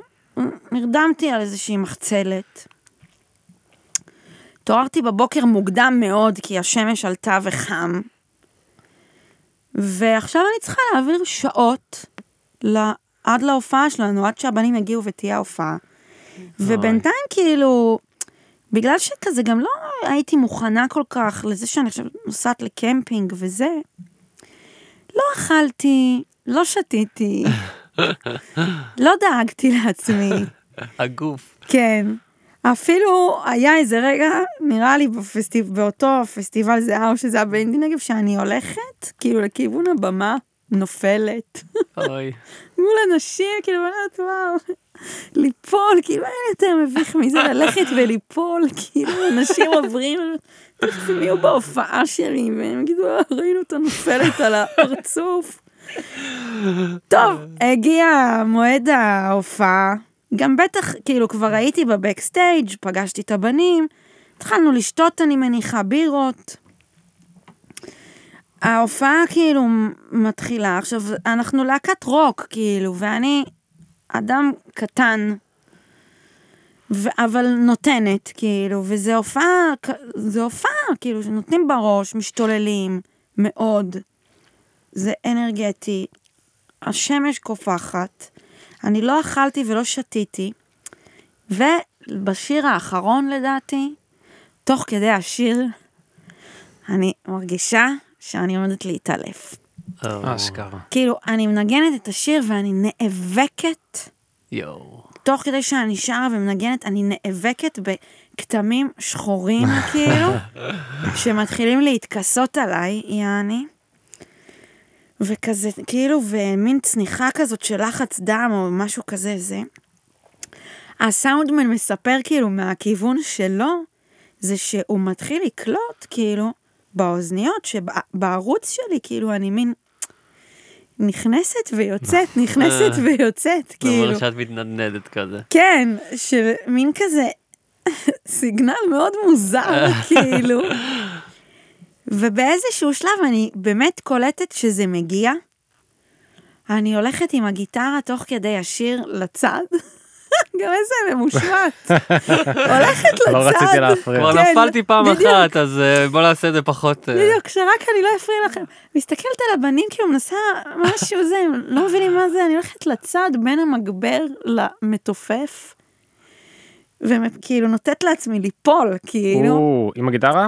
נרדמתי על איזושהי מחצלת. התעוררתי בבוקר מוקדם מאוד, כי השמש עלתה וחם. ועכשיו אני צריכה להעביר שעות ל... עד להופעה שלנו, עד שהבנים יגיעו ותהיה ההופעה. ובינתיים כאילו, בגלל שכזה גם לא הייתי מוכנה כל כך לזה שאני עכשיו נוסעת לקמפינג וזה, לא אכלתי, לא שתיתי, לא דאגתי לעצמי.
הגוף.
כן. אפילו היה איזה רגע, נראה לי בפסטיב... באותו פסטיבל זה היה, או שזה היה באינדי נגב, שאני הולכת, כאילו, לכיוון הבמה, נופלת.
אוי.
מול אנשים, כאילו, באמת, וואו. ליפול, כאילו, אין יותר מביך מזה ללכת וליפול, כאילו, אנשים עוברים, תכף הם יהיו בהופעה שלי, והם יגידו, "אה, ראינו אותה נופלת על הפרצוף. טוב, הגיע מועד ההופעה. גם בטח, כאילו, כבר הייתי בבקסטייג', פגשתי את הבנים, התחלנו לשתות, אני מניחה, בירות. ההופעה כאילו מתחילה, עכשיו, אנחנו להקת רוק, כאילו, ואני אדם קטן, ו- אבל נותנת, כאילו, וזו הופעה, כ- זו הופעה, כאילו, שנותנים בראש, משתוללים, מאוד. זה אנרגטי, השמש קופחת, אני לא אכלתי ולא שתיתי, ובשיר האחרון, לדעתי, תוך כדי השיר, אני מרגישה שאני עומדת להתעלף.
אה,
אה. אשכרה.
כאילו, אני מנגנת את השיר ואני נאבקת,
יואו.
תוך כדי שאני שרה ומנגנת, אני נאבקת בכתמים שחורים, כאילו, שמתחילים להתכסות עליי, יעני. וכזה, כאילו, ומין צניחה כזאת של לחץ דם או משהו כזה, זה. הסאונדמן מספר, כאילו, מהכיוון שלו, זה שהוא מתחיל לקלוט, כאילו, באוזניות, שבערוץ שלי, כאילו, אני מין... נכנסת ויוצאת, נכנסת ויוצאת,
זה
כאילו.
אומר שאת מתנדנדת כזה.
כן, של מין כזה סיגנל מאוד מוזר, כאילו. ובאיזשהו שלב אני באמת קולטת שזה מגיע. אני הולכת עם הגיטרה תוך כדי השיר לצד, גם איזה ממושמעת. הולכת לצד.
לא רציתי להפריע.
כבר
כן,
נפלתי פעם
בדיוק,
אחת, אז אה, בוא נעשה את זה פחות... אה,
בדיוק, שרק אני לא אפריע לכם. מסתכלת על הבנים כאילו מנסה משהו זה, הם לא מבינים מה זה, אני הולכת לצד בין המגבר למתופף, וכאילו נותנת לעצמי ליפול, כאילו.
או, עם הגיטרה?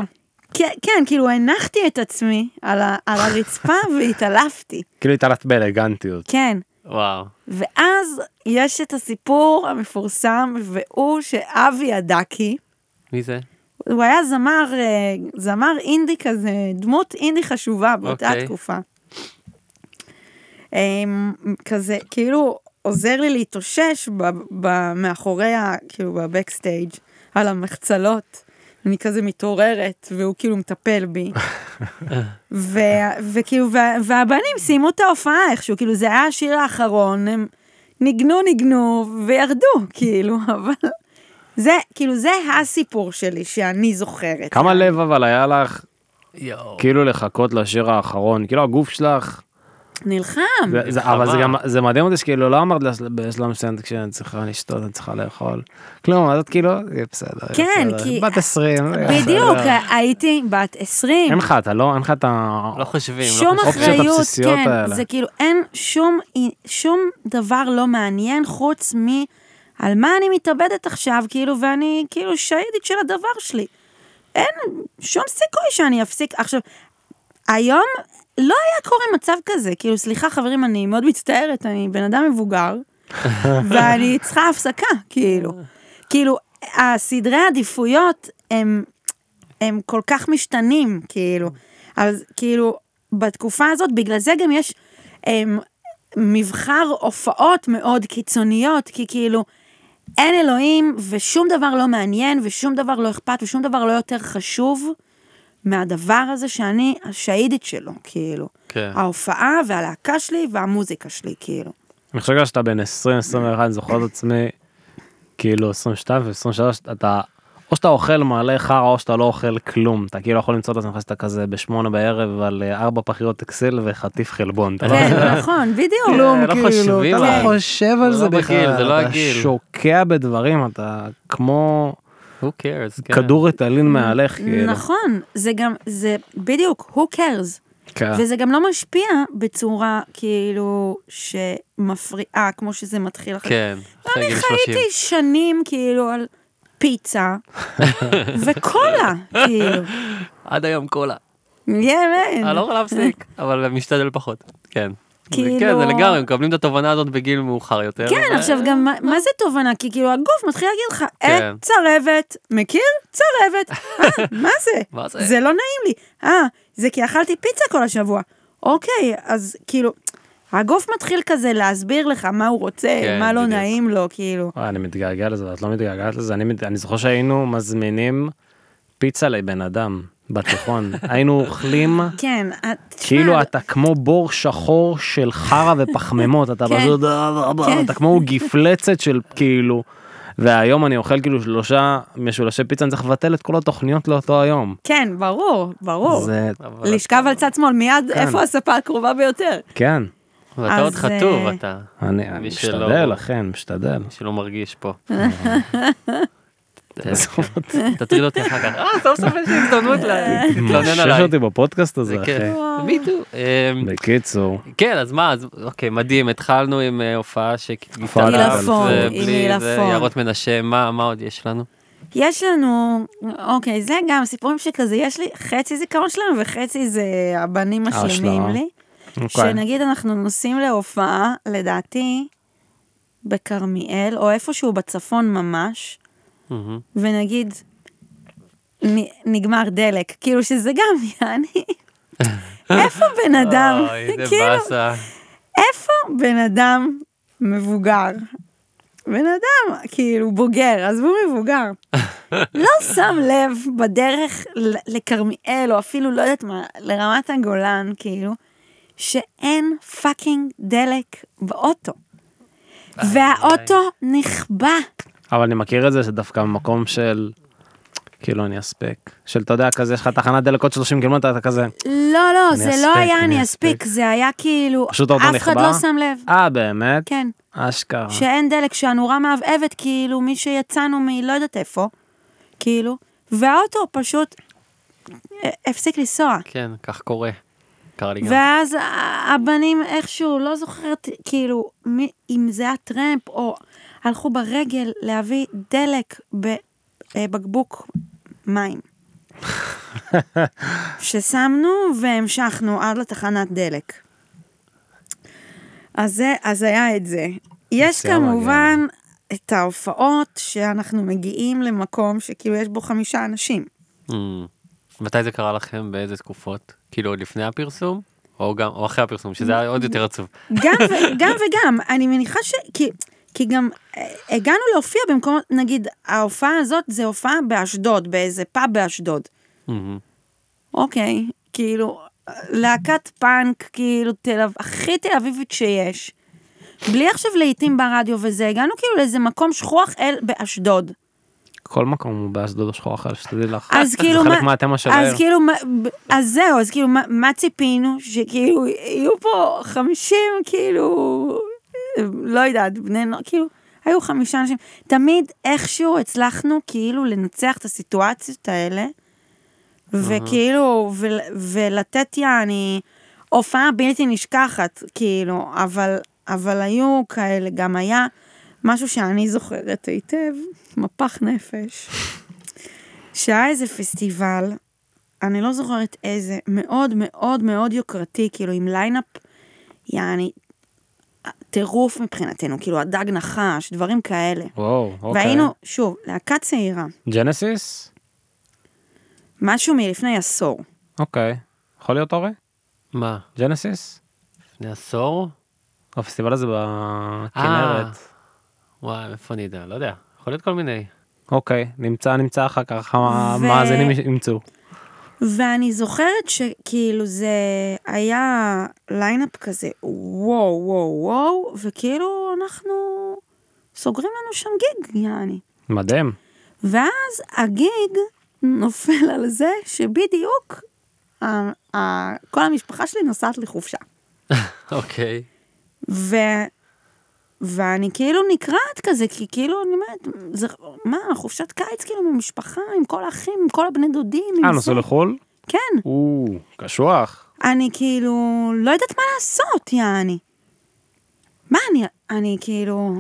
כן, כן, כאילו הנחתי את עצמי על ה- על הרצפה והתעלפתי,
כאילו התעלת באלגנטיות.
כן.
וואו.
ואז יש את הסיפור המפורסם, והוא שאבי הדקי,
מי זה?
הוא היה זמר, אה, זמר אינדי כזה, דמות אינדי חשובה באותה
אוקיי.
okay. תקופה. אמ, כזה, כאילו, עוזר לי להתאושש ב, ב, מאחורי, ה, כאילו, בבקסטייג', על המחצלות. אני כזה מתעוררת, והוא כאילו מטפל בי. ו, וכאילו, וה, והבנים סיימו את ההופעה איכשהו, כאילו, זה היה השיר האחרון, הם ניגנו, ניגנו, וירדו, כאילו, אבל... זה, כאילו, זה הסיפור שלי שאני זוכרת.
כמה לב אבל היה לך
יואו.
כאילו לחכות לשיר האחרון, כאילו הגוף שלך,
נלחם.
זה- זה-
מלחמה.
אבל
אה.
זה גם, זה מדהים אותי שכאילו לא אמרת לה בשלום סנט כשאני צריכה לשתות, אני צריכה לאכול. כלום, אז את כאילו, "יהיה בסדר, יהיה
כן,
בסדר."
כי- אה,
בת 20. יהיה
בדיוק,
בסדר.
הייתי בת 20.
אין לך, אתה לא, אין לך את ה...
לא חושבים, לא
שום
חושבים.
האופציות
אחריות,
הבסיסיות
כן,
האלה.
זה כאילו אין שום, שום דבר לא מעניין חוץ מ... על מה אני מתאבדת עכשיו, כאילו, ואני כאילו שהידית של הדבר שלי. אין שום סיכוי שאני אפסיק. עכשיו, היום לא היה קורה מצב כזה, כאילו, סליחה חברים, אני מאוד מצטערת, אני בן אדם מבוגר, ואני צריכה הפסקה, כאילו. כאילו, הסדרי העדיפויות הם, הם כל כך משתנים, כאילו. אז כאילו, בתקופה הזאת, בגלל זה גם יש הם, מבחר הופעות מאוד קיצוניות, כי כאילו, אין אלוהים ושום דבר לא מעניין ושום דבר לא אכפת ושום דבר לא יותר חשוב מהדבר הזה שאני השהידית שלו, כאילו.
כן.
ההופעה והלהקה שלי והמוזיקה שלי, כאילו.
אני חושב שאתה בן 20-21, אני זוכר את עצמי, כאילו 22 ו-23, אתה, או שאתה אוכל מלא חרא או שאתה לא אוכל כלום, אתה כאילו יכול למצוא את עצמך שאתה כזה בשמונה בערב על אה, ארבע פחיות טקסל וחטיף חלבון. אתה לא-
כן, נכון, בדיוק.
כלום,
לא
כאילו,
חושבים
אתה
עליו.
לא חושב על
זה
זה
לא בגיל,
בכלל,
זה לא
אתה
הגיל.
שוקע בדברים, אתה כמו
Who cares, כן.
כדור ריטלין מעליך, כאילו.
נכון, זה גם, זה בדיוק, who cares.
אה.
כן.
וזה גם לא משפיע בצורה כאילו שמפריעה, כמו שזה מתחיל אחר
כן, אחרי
אני
גיל 30.
חייתי שנים כאילו על פיצה וקולה, כאילו.
עד היום קולה. אני לא
יאמן.
יכול להפסיק, אבל משתדל פחות. כן. זה-
כאילו-
כן, זה לגמרי, מקבלים את התובנה הזאת בגיל מאוחר יותר.
כן,
אבל-
עכשיו גם מה- מה זה תובנה? כי כאילו הגוף מתחיל להגיד לך, אה,
כן.
צרבת, מכיר? צרבת. אה, מה זה?
מה זה?
זה לא נעים לי. אה, זה כי אכלתי פיצה כל השבוע. אוקיי, אז כאילו, הגוף מתחיל כזה להסביר לך מה הוא רוצה,
כן,
מה לא
בדיוק.
נעים לו, כאילו.
וואי, אני מתגעגע לזה ואת לא מתגעגעת לזה אני מת- אני זוכר שהיינו מזמינים פיצה לבן אדם בתיכון היינו אוכלים
כן, את- תשמע,
כאילו אתה כמו בור שחור של חרא ופחמימות אתה
כן.
פשוט אה, אה, אה,
כן.
אתה כמו גפלצת של כאילו. והיום אני אוכל כאילו שלושה משולשי פיצה אני צריך לבטל את כל התוכניות לאותו היום.
כן, ברור, ברור.
זה
אבל-
לשכב על צד שמאל, מיד
כן.
איפה הספה הקרובה ביותר.
כן
ואתה עוד
אז,
חטוב,
אה,
אתה,
אני אני
מי שלא-
משתדל אכן משתדל.
שלא מרגיש פה. אה, תטריד אותי אחר כך. אה, סוף סוף יש לי הזדמנות לה- להתלונן
משש
עליי.
אותי בפודקאסט
זה
הזה אחי.
כן. מי טו. אמ,
בקיצור.
כן, אז מה, אז אוקיי, מדהים, התחלנו עם אה, הופעה
הופעת
שגיטרה,
עילפון,
ובלי
עם
זה,
עילפון.
יערות מנשה, מה מה עוד יש לנו?
יש לנו, אוקיי, זה גם סיפורים שכזה, יש לי חצי זיכרון שלנו וחצי זה הבנים
אה,
משלימים
שלום.
לי.
אוקיי.
שנגיד אנחנו נוסעים להופעה, לדעתי, בכרמיאל, או איפשהו בצפון ממש,
מהמם.
ונגיד, נ- נגמר דלק, כאילו שזה גם, יעני, איפה בן אדם,
אוי, זה
כאילו,
באסה.
איפה בן אדם מבוגר? בן אדם, כאילו, בוגר, עזבו מבוגר. לא שם לב בדרך ל- לכרמיאל, או אפילו לא יודעת מה, לרמת הגולן, כאילו, שאין פאקינג דלק באוטו. והאוטו נכבה.
אבל אני מכיר את זה שדווקא במקום של כאילו אני אספיק. של אתה יודע כזה יש לך תחנת דלק עוד 30 קילומטר אתה כזה
לא, לא,
אני
זה לא
אספיק,
היה
אני
אני
אספיק.
אספיק, זה היה כאילו,
פשוט האוטו
אף אחד
נחבא.
לא שם לב.
אה באמת
כן,
אשכרה
שאין דלק, שהנורה מהבהבת, כאילו מי שיצאנו מלא יודעת איפה, כאילו, והאוטו פשוט אה, הפסיק לנסוע.
כן, כך קורה. קרה לי גם.
ואז ה- הבנים איכשהו, לא זוכרת, כאילו, מי, אם זה היה טרמפ, או הלכו ברגל להביא דלק בבקבוק מים. ששמנו והמשכנו עד לתחנת דלק. אז, זה, אז היה את זה. יש
נסיעה
כמובן את ההופעות שאנחנו מגיעים למקום שכאילו יש בו חמישה אנשים.
אמ, מתי זה קרה לכם? באיזה תקופות? כאילו עוד לפני הפרסום? או גם, או אחרי הפרסום, שזה היה עוד יותר עצוב.
גם, ו- גם וגם, אני מניחה ש... כי, כי גם אה, הגענו להופיע במקום, נגיד, ההופעה הזאת זה הופעה באשדוד, באיזה פאב באשדוד.
אמ,
אוקיי, כאילו, להקת פאנק, כאילו, תל, אב- הכי תל אביבית שיש. בלי עכשיו להיטים ברדיו וזה, הגענו כאילו לאיזה מקום שכוח אל באשדוד.
כל מקום הוא באשדוד או שחור אחר שתדעי לך.
אז כאילו
זה
מה,
חלק מהתמה של העיר.
אז כאילו, מה- ב- אז זהו, אז כאילו, מה, מה ציפינו? שכאילו יהיו פה חמישים, כאילו, לא יודעת, בני נוער, כאילו, היו חמישה אנשים. תמיד איכשהו הצלחנו כאילו לנצח את הסיטואציות האלה, וכאילו, ו, ולתת יעני, הופעה בלתי נשכחת, כאילו, אבל, אבל היו כאלה, גם היה משהו שאני זוכרת היטב, מפח נפש. שהיה איזה פסטיבל, אני לא זוכרת איזה, מאוד מאוד מאוד יוקרתי, כאילו עם ליינאפ, יעני, טירוף מבחינתנו, כאילו הדג נחש, דברים כאלה.
וואו אוקיי.
כאילו- והיינו, שוב, להקה צעירה,
ג'נסיס?
משהו מלפני עשור.
אוקיי. יכול להיות אורי?
מה?
ג'נסיס?
לפני עשור?
הפסטיבל הזה
אה,
בכנרת.
אה.
וואי, איפה אני יודע? לא יודע. יכול להיות כל מיני.
אוקיי. נמצא נמצא אחר כך
ו-
המאזינים ימצאו.
ואני זוכרת שכאילו זה היה ליינאפ כזה, וואו, וואו, וואו, וכאילו אנחנו סוגרים לנו שם גיג, יעני.
מדהים. אה,
ואז הגיג נופל על זה שבדיוק ה- ה- כל המשפחה שלי נוסעת לחופשה.
אוקיי.
ו... ואני כאילו נקרעת כזה, כי כאילו, אני אומרת, זה, מה, חופשת קיץ כאילו עם המשפחה, עם כל האחים, עם כל הבני דודים,
אה
עם
נסעו לחו"ל?
כן,
או, קשוח.
אני כאילו לא יודעת מה לעשות, יעני. מה, אני, אני כאילו...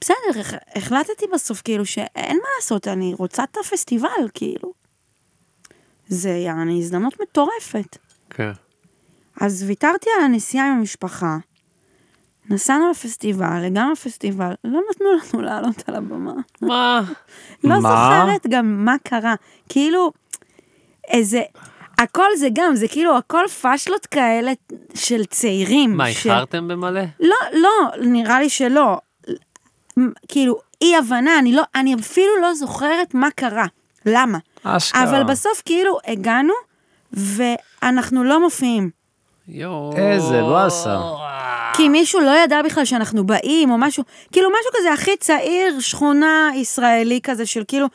בסדר, הח- החלטתי בסוף כאילו שאין מה לעשות, אני רוצה את הפסטיבל, כאילו. זה יעני הזדמנות מטורפת.
כן.
אז ויתרתי על הנסיעה עם המשפחה. נסענו לפסטיבל, הגענו לפסטיבל, לא נתנו לנו לעלות על הבמה.
מה?
לא
מה?
זוכרת גם מה קרה. כאילו, איזה... הכל זה גם, זה כאילו הכל פאשלות כאלה של צעירים.
מה,
ש-
איחרתם במלא?
לא, לא, נראה לי שלא. מ- כאילו, אי הבנה, אני לא, אני אפילו לא זוכרת מה קרה. למה?
אשכרה.
אבל בסוף כאילו הגענו, ואנחנו לא מופיעים.
יואו.
איזה באסה.
כי מישהו לא ידע בכלל שאנחנו באים או משהו, כאילו משהו כזה הכי צעיר, שכונה ישראלי כזה של כאילו,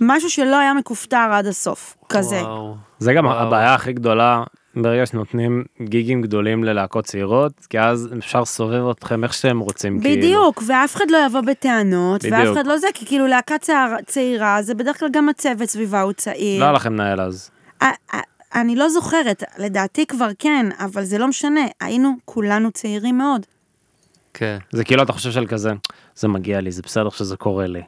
משהו שלא היה מכופתר עד הסוף, כזה.
וואו.
זה גם
וואו.
הבעיה הכי גדולה ברגע שנותנים גיגים גדולים ללהקות צעירות כי אז אפשר לסובב אתכם איך שהם רוצים כאילו.
בדיוק, ואף אחד לא יבוא בטענות, ואף
בדיוק.
אחד לא זה, כי כאילו להקה צער- צעירה, זה בדרך כלל גם הצוות סביבה הוא צעיר.
לא היה לכם נהל אז.
א- א- אני לא זוכרת, לדעתי כבר כן, אבל זה לא משנה, היינו כולנו צעירים מאוד.
כן.
זה כאילו אתה חושב של כזה זה מגיע לי זה בסדר שזה קורה לי.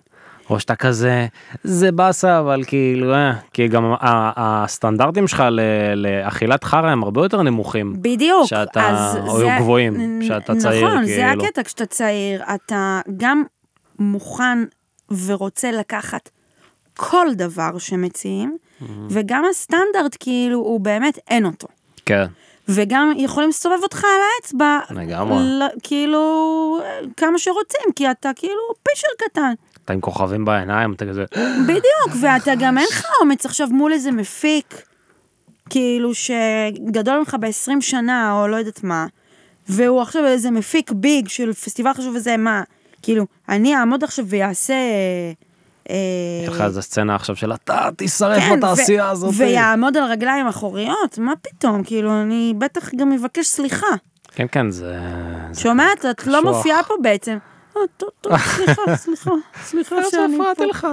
או שאתה כזה זה באסה אבל כאילו אה, כי גם ה- ה- הסטנדרטים שלך ל- לאכילת חרא הם הרבה יותר נמוכים.
בדיוק,
שאתה-
אז
או
זה-
גבוהים, שאתה צעיר,
נכון, זה
כאילו.
הקטע, כשאתה צעיר, אתה גם מוכן ורוצה לקחת כל דבר שמציעים, וגם הסטנדרט, כאילו, הוא באמת אין אותו.
כן.
וגם יכולים לסובב אותך על האצבע,
לגמרי.
ל- כאילו, כמה שרוצים, כי אתה כאילו פישר קטן.
אתה עם כוכבים בעיניים אתה כזה "אה,
בדיוק, ואתה גם אין לך אומץ עכשיו מול איזה מפיק, כאילו שגדול ממך ב-20 שנה, או לא יודעת מה, והוא עכשיו איזה מפיק ביג של פסטיבל חשוב וזה, מה, כאילו, אני אעמוד עכשיו ויעשה אה, אה,
יש לך איזה סצנה עכשיו של אתה תישרף
כן,
בתעשייה
ו-
הזאת.
ויעמוד על רגליים אחוריות, מה פתאום? כאילו, אני בטח גם אבקש סליחה.
כן, כן, זה... זה-
שומעת? את לא
קשוח.
מופיעה פה בעצם. אה, טוב, טוב, סליחה, סליחה, סליחה שאני פה.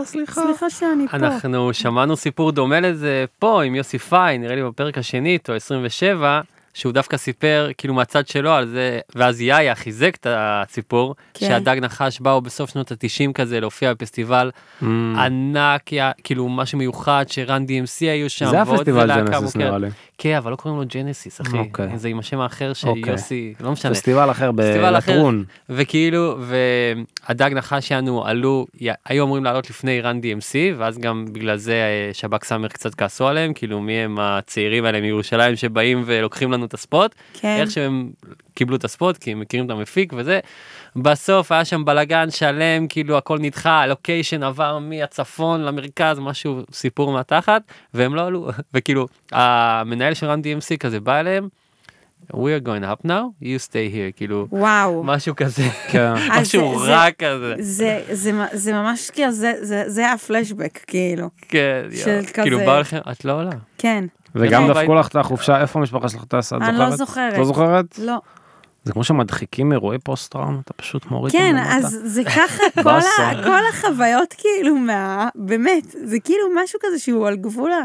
סליחה.
סליחה שאני פה.
אנחנו שמענו סיפור דומה לזה פה עם יוסי פיין, נראה לי בפרק השני, או 27, שהוא דווקא סיפר כאילו מהצד שלו על זה, ואז יאיה חיזק את הסיפור,
כן.
שהדג נחש באו בסוף שנות ה-90 כזה להופיע בפסטיבל
mm.
ענק, יא- כאילו משהו מיוחד שרן DMC היו שם,
זה
ועוד
הפסטיבל
להקה
ג'נסיס
מוכרת.
נראה לי.
כן, אבל לא קוראים לו ג'נסיס, אחי.
אוקיי.
זה עם השם האחר של
אוקיי.
יוסי, לא משנה.
פסטיבל אחר
פסטיבל אחר.
בלטרון.
וכאילו, והדג נחש שלנו עלו, היו אמורים לעלות לפני רן DMC, ואז גם בגלל זה אה, שב"כ סמך קצת כעסו עליהם, כאילו מי הם הצעירים האלה מירושלים שבאים ולוקחים לנו את הספוט,
כן,
איך שהם קיבלו את הספוט, כי הם מכירים את המפיק וזה. בסוף היה שם בלאגן שלם, כאילו הכל נדחה, הלוקיישן עבר מהצפון למרכז, משהו, סיפור מהתחת, והם לא עלו, וכאילו, המנהל של רן DMC כזה בא אליהם, We are going up now, you stay here, כאילו.
וואו.
משהו כזה,
כן.
אז
משהו
אה, זה-
רע כזה,
זה, זה, מ- זה ממש כאילו, זה, זה, זה הפלשבק, כאילו.
כן,
של
יואו.
כזה-
כאילו בא לכם, את לא עולה,
כן,
וגם
לא,
דפקו
בית-
לך את החופשה, איפה המשפחה שלך טסה? את
אני לא זוכרת.
לא זוכרת?
לא.
זה כמו שמדחיקים אירועי פוסט-טראומה, אתה פשוט מוריד
כן,
אותם למטה.
אז זה ככה, כל, ה,
באסה.
כל החוויות כאילו מה... באמת, זה כאילו משהו כזה שהוא על גבול ה...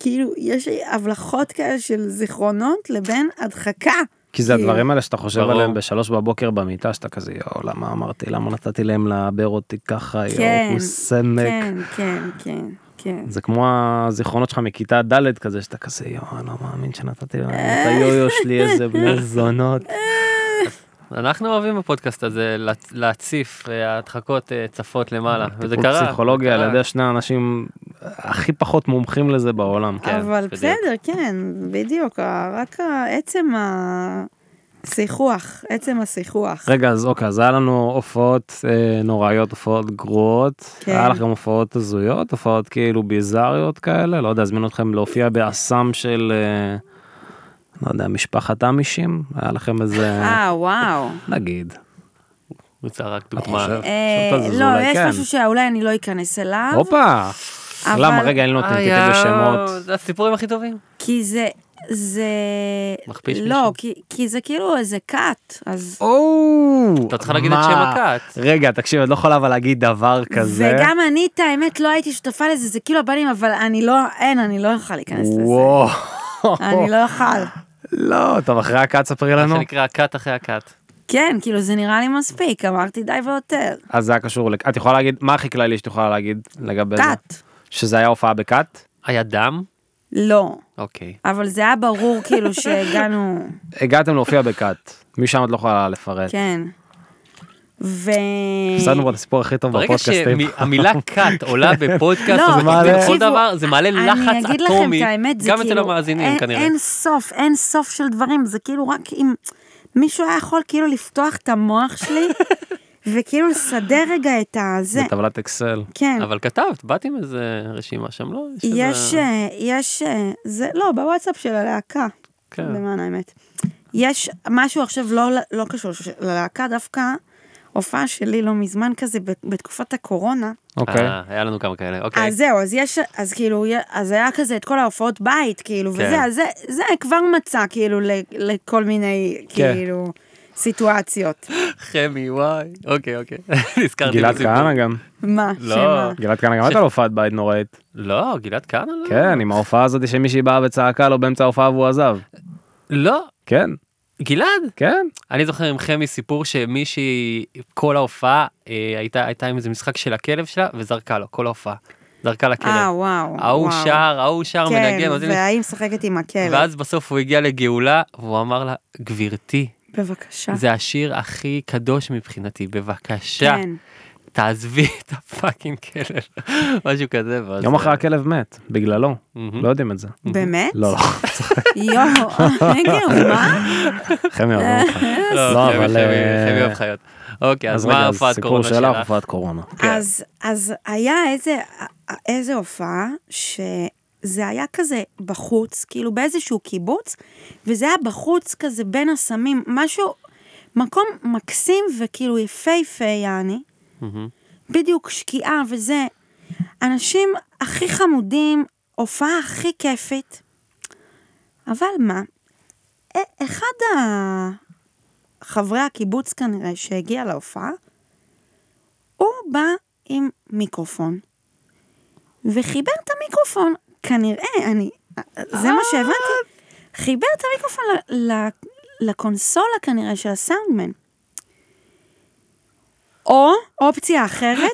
כאילו, יש לי הבלחות כאלה של זיכרונות לבין הדחקה.
כי זה
כאילו.
הדברים האלה שאתה חושב
ברור.
עליהם בשלוש בבוקר במיטה, שאתה כזה, יואו, למה אמרתי, למה נתתי להם לעבר אותי ככה,
כן,
יואו, מוסמק.
כן, כן, כן, כן.
זה כמו הזיכרונות שלך מכיתה ד' כזה, שאתה כזה, יואו, אני לא מאמין שנתתי להם את היו-יו שלי, איזה בני זונות.
אנחנו אוהבים בפודקאסט הזה להצ- להציף אה, ההדחקות אה, צפות למעלה, וזה
טיפול
קרה,
פסיכולוגיה
זה
על
קרה.
ידי שני האנשים הכי פחות מומחים לזה בעולם.
כן,
אבל
בדיוק.
בסדר, כן, בדיוק, ה- רק ה- עצם השיחוח, עצם השיחוח.
רגע אז אוקיי אז היה לנו הופעות אה, נוראיות הופעות גרועות
כן.
היה לך גם הופעות הזויות הופעות כאילו ביזאריות כאלה לא יודע הזמינו אתכם להופיע באסם של אה, לא יודע משפחת אמישים היה לכם איזה
אה, וואו.
נגיד.
זה רק דוגמה.
חושב?
אה,
חשבת על זה,
לא,
אולי
יש
כן.
משהו שאולי אני לא אכנס אליו,
הופה.
אבל-
למה רגע אין לו
אה,
תנקטי
היה-
בשמות.
זה הסיפורים הכי טובים.
כי זה, זה...
מכפיש
לא,
מישהו?
כי- כי זה כאילו איזה כת, אז...
או,
אתה צריכה להגיד את
מה?
שם הכת.
רגע תקשיב את לא יכולה אבל להגיד דבר כזה.
וגם אני, את האמת, לא הייתי שותפה לזה, זה כאילו הבנים, אבל אני לא, אין, אני לא אוכל להיכנס לזה.
וואו.
אני לא אוכל.
לא טוב אחרי הכת ספרי
מה
לנו.
שנקרא הכת אחרי הכת.
כן, כאילו, זה נראה לי מספיק, אמרתי די ויותר.
אז זה היה קשור לכת. את יכולה להגיד מה הכי כללי שאת יכולה להגיד לגבי זה?
כת.
שזה היה הופעה בכת?
היה דם?
לא.
אוקיי.
אבל זה היה ברור כאילו שהגענו,
הגעתם להופיע בכת, משם את לא יכולה לפרט.
כן. ו...
הפסדנו פה את הסיפור הכי טוב
ברגע
בפודקאסטים.
שהמילה כת עולה בפודקאסט,
לא,
או
מעלה-
בכל
תקשיבו,
דבר, זה מעלה
אני
לחץ
אגיד לכם
אטומי,
את האמת, זה
גם
כאילו,
אצל המאזינים
אין,
כנראה.
אין סוף, אין סוף של דברים, זה כאילו רק אם מישהו היה יכול כאילו לפתוח את המוח שלי, וכאילו לסדר רגע את הזה,
בטבלת אקסל.
כן.
אבל כתבת, באת עם איזה רשימה שם, לא? איזה-
יש, אה, יש, אה, זה, לא, בוואטסאפ של הלהקה,
כן.
למען האמת. יש משהו עכשיו לא, לא קשור ש- ללהקה, דווקא הופעה שלי לא מזמן כזה, ב- בתקופת הקורונה,
אוקיי.
אה, היה לנו כמה כאלה, אוקיי.
אז זהו, אז יש, אז כאילו, אז היה כזה את כל ההופעות בית, כאילו,
כן.
וזה, אז זה, זה כבר מצא, כאילו, ל- לכל מיני,
כן.
כאילו, סיטואציות.
חמי, וואי. אוקיי, אוקיי. נזכרתי
גלעד
בסיפור.
כהנא גם.
מה,
לא.
שמה?
גלעד כהנא גם הייתה לו הופעת בית נוראית.
לא, גלעד כהנא לא.
כן, עם ההופעה הזאת שמישהי באה וצעקה לו באמצע ההופעה והוא עזב.
לא,
כן,
גלעד.
כן.
אני זוכר עם חמי סיפור שמישהי כל ההופעה אה, הייתה הייתה עם איזה משחק של הכלב שלה וזרקה לו כל ההופעה. זרקה לכלב.
אה, וואו.
כן. ההוא
וואו.
שר, ההוא שר, מנגן,
כן,
נותן לי-
והיא משחקת עם הכלב.
ואז בסוף הוא הגיע לגאולה והוא אמר לה גברתי
בבקשה.
זה השיר הכי קדוש מבחינתי בבקשה
כן.
תעזבי את הפאקינג כלב משהו כזה. ואז- אה,
יום אחרי הכלב מת, בגללו.
מהמם.
לא יודעים את זה.
באמת?
לא, לא,
יואו, כאילו, מה?
חמי אוהב
אה.
אותך.
לא,
לא,
חמי,
אבל,
חמי,
אה,
חמי אוהב חיות. אוקיי
אז
אז
רגע,
מה
אז
הופעת
סיפור
קורונה
שלך,
שלך?
הופעת קורונה.
אז, אז היה איזה, איזה הופעה שזה היה כזה בחוץ, כאילו באיזשהו קיבוץ, וזה היה בחוץ כזה בין הסמים, משהו, מקום מקסים וכאילו יפהפה, יעני. בדיוק שקיעה וזה. אנשים הכי חמודים, הופעה הכי כיפית, אבל מה? א- אחד החברי הקיבוץ כנראה שהגיע להופעה, הוא בא עם מיקרופון, וחיבר את המיקרופון, כנראה, אני, זה מה שהבנתי, חיבר את המיקרופון ל- ל- לקונסולה כנראה של הסאונדמן. או אופציה אחרת,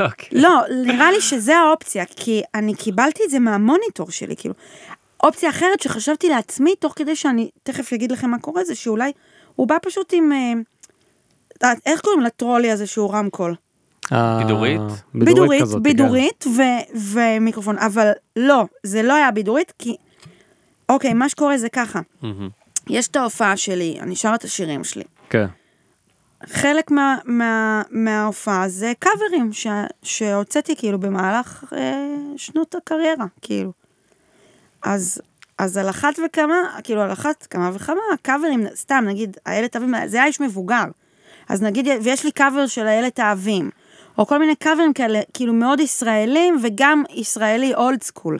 אוקיי.
לא, נראה לי שזה האופציה, כי אני קיבלתי את זה מהמוניטור שלי, כאילו. אופציה אחרת שחשבתי לעצמי, תוך כדי שאני תכף אגיד לכם מה קורה, זה שאולי הוא בא פשוט עם... אה, איך קוראים לטרולי הזה שהוא רמקול?
בידורית?
אה,
בידורית,
כזאת,
בידורית ו- ומיקרופון, אבל לא, זה לא היה בידורית, כי... אוקיי, מה שקורה זה ככה,
מהמם.
יש את ההופעה שלי, אני שרה את השירים שלי.
כן.
חלק מה, מה, מההופעה זה קאברים ש, שהוצאתי כאילו במהלך אה, שנות הקריירה, כאילו. אז, אז על אחת וכמה, כאילו על אחת כמה וכמה, קאברים, סתם נגיד, איילת אביב, זה היה איש מבוגר. אז נגיד, ויש לי קאבר של איילת האבים, או כל מיני קאברים כאלה, כאילו מאוד ישראלים, וגם ישראלי אולד סקול.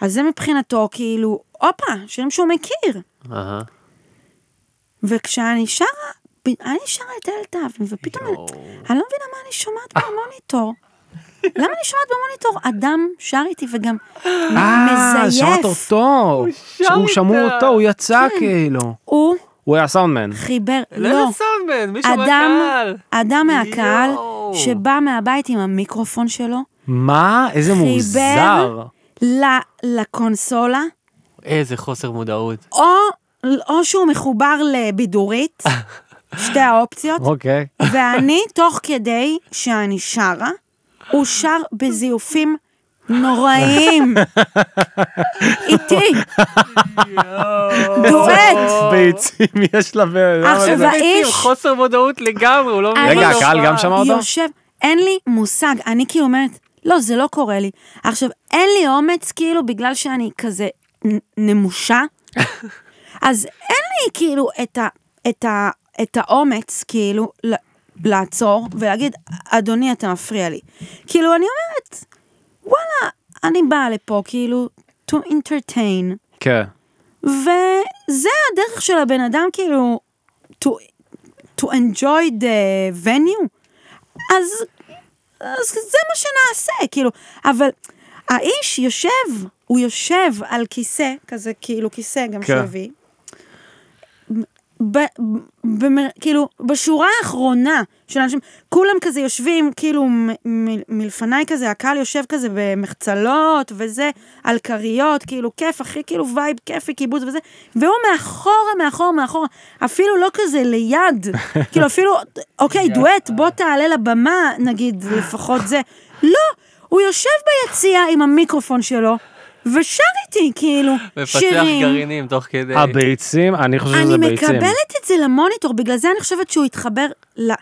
אז זה מבחינתו, כאילו, הופה, שירים שהוא מכיר.
אהה.
וכשאני שרה, פ- אני שרה את איילת האבים, ופתאום אני, אני לא מבינה מה אני שומעת במוניטור. למה אני שומעת במוניטור אדם שר איתי וגם
אה, שמעת
מזייף?
אותו. הוא שמעו אותו, הוא יצא
כן.
כאילו.
הוא
הוא היה סאונדמן.
חיבר,
לא
לא,
לסאונדמן, מישהו
אדם,
בקהל.
אדם מהקהל
יואו.
שבא מהבית עם המיקרופון שלו,
מה? איזה
חיבר.
מוזר.
ל- לקונסולה,
איזה חוסר מודעות.
או, או שהוא מחובר לבידורית, שתי האופציות,
אוקיי.
ואני, תוך כדי שאני שרה, הוא שר בזיופים נוראיים. איתי. דואט.
ביצים יש לה ו...
עכשיו,
זה
האיש-
ביצים, חוסר מודעות לגמרי, הוא לא מבין.
רגע,
את
הקהל
ההופעה.
גם שמע אותו?
יושב, אין לי מושג, אני כאילו אומרת, לא, זה לא קורה לי. עכשיו, אין לי אומץ, כאילו, בגלל שאני כזה נ- נמושה, אז אין לי כאילו את, ה, את, ה, את האומץ, כאילו, ל- לעצור ולהגיד, אדוני, אתה מפריע לי. כאילו, אני אומרת, וואלה, אני באה לפה, כאילו, to entertain,
כן.
וזה הדרך של הבן אדם כאילו to, to enjoy the venue. אז, אז זה מה שנעשה, כאילו, אבל האיש יושב, הוא יושב על כיסא, כזה כאילו כיסא גם
כן.
כן. שהביא, ב, במר, כאילו, בשורה האחרונה של אנשים, כולם כזה יושבים, כאילו, מ, מ, מלפניי כזה, הקהל יושב כזה במחצלות וזה, על כריות, כאילו, כיף, הכי כאילו וייב כיפי, קיבוץ וזה, והוא מאחורה, מאחורה, מאחורה, אפילו לא כזה ליד, כאילו, אפילו, אוקיי, דואט, בוא תעלה לבמה, נגיד, לפחות זה. לא, הוא יושב ביציע עם המיקרופון שלו, ושר איתי, כאילו,
מפתח
שירים.
גרעינים תוך כדי.
אה, הביצים, אני חושב שזה
אני
ביצים.
מקבלת את זה למוניטור, בגלל זה אני חושבת שהוא התחבר ל-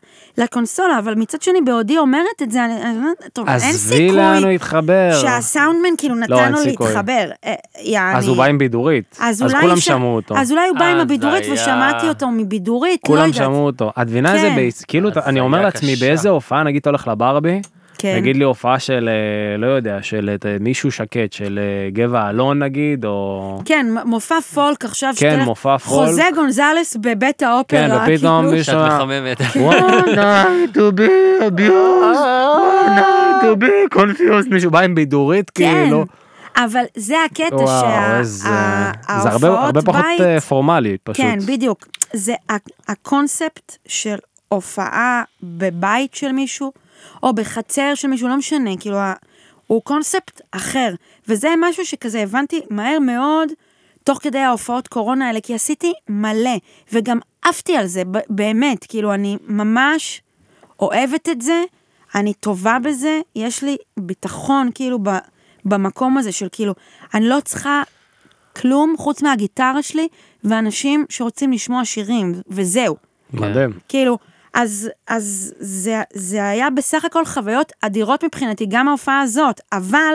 לקונסולה, אבל מצד שני, בעודי אומרת את זה, אני אני אומרת, טוב, אין
עזבי לאן הוא
סיכוי
התחבר.
שהסאונדמן כאילו
לא, אין
נתן לו
סיכוי.
להתחבר. אה, יעני.
אז הוא בא עם בידורית.
אז
אז
אולי
כולם
ש-
שמעו אותו. אה,
אז אולי הוא בא עם
אז
הבידורית
היה-
ושמעתי אותו מבידורית, לא יודעת.
כולם שמעו אותו. את מבינה איזה
כן.
ביצ... כאילו,
אז
אני אומר
היה
לעצמי,
קשה.
באיזה הופעה, נגיד אתה הולך לברבי,
כן.
נגיד לי הופעה של, אה, לא יודע, של אה, מישהו שקט, של אה, גבע אלון נגיד, או...
כן, מ- מופע פולק עכשיו,
כן,
שאתה-
מופע
חוזה
פולק.
גונזלס בבית האופרה,
כן, ופתאום
כאילו,
מישהו...
שאת מחממת.
One night to be abused,
אה.
one night to be confused, מישהו בא עם בידורית
כן,
כאילו.
אבל זה הקטע
וואו,
שה-
איזה...
ה-
זה הרבה הרבה
ההופעות
פחות
בית-
אה, פורמלי פשוט.
כן, בדיוק. זה ה- הקונספט של הופעה בבית של מישהו, או בחצר של מישהו, לא משנה, כאילו, ה- הוא קונספט אחר. וזה משהו שכזה הבנתי מהר מאוד, תוך כדי ההופעות קורונה האלה, כי עשיתי מלא, וגם עפתי על זה, ב- באמת, כאילו, אני ממש אוהבת את זה, אני טובה בזה, יש לי ביטחון, כאילו, ב... במקום הזה של כאילו, אני לא צריכה כלום חוץ מהגיטרה שלי ואנשים שרוצים לשמוע שירים, וזהו.
מדהים.
כאילו, אז, אז זה, זה היה בסך הכל חוויות אדירות מבחינתי, גם ההופעה הזאת, אבל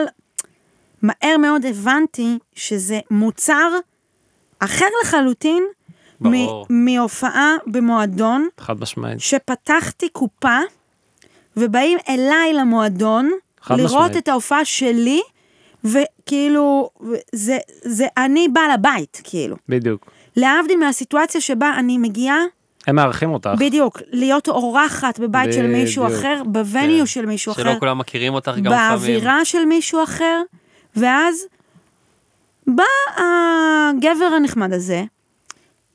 מהר מאוד הבנתי שזה מוצר אחר לחלוטין מ-
ברור.
מהופעה במועדון,
חד משמעית.
שפתחתי קופה, ובאים אליי למועדון,
חד
לראות
משמעית.
את ההופעה שלי, וכאילו, ו- זה, זה אני בעל הבית, כאילו.
בדיוק.
להבדיל מהסיטואציה שבה אני מגיעה,
הם מארחים אותך.
בדיוק, להיות אורחת בבית של מישהו
בדיוק. כן.
אחר, בווניו של מישהו
שלא
אחר,
כולם מכירים אותך גם לפעמים.
באווירה של מישהו אחר, ואז בא הגבר הנחמד הזה,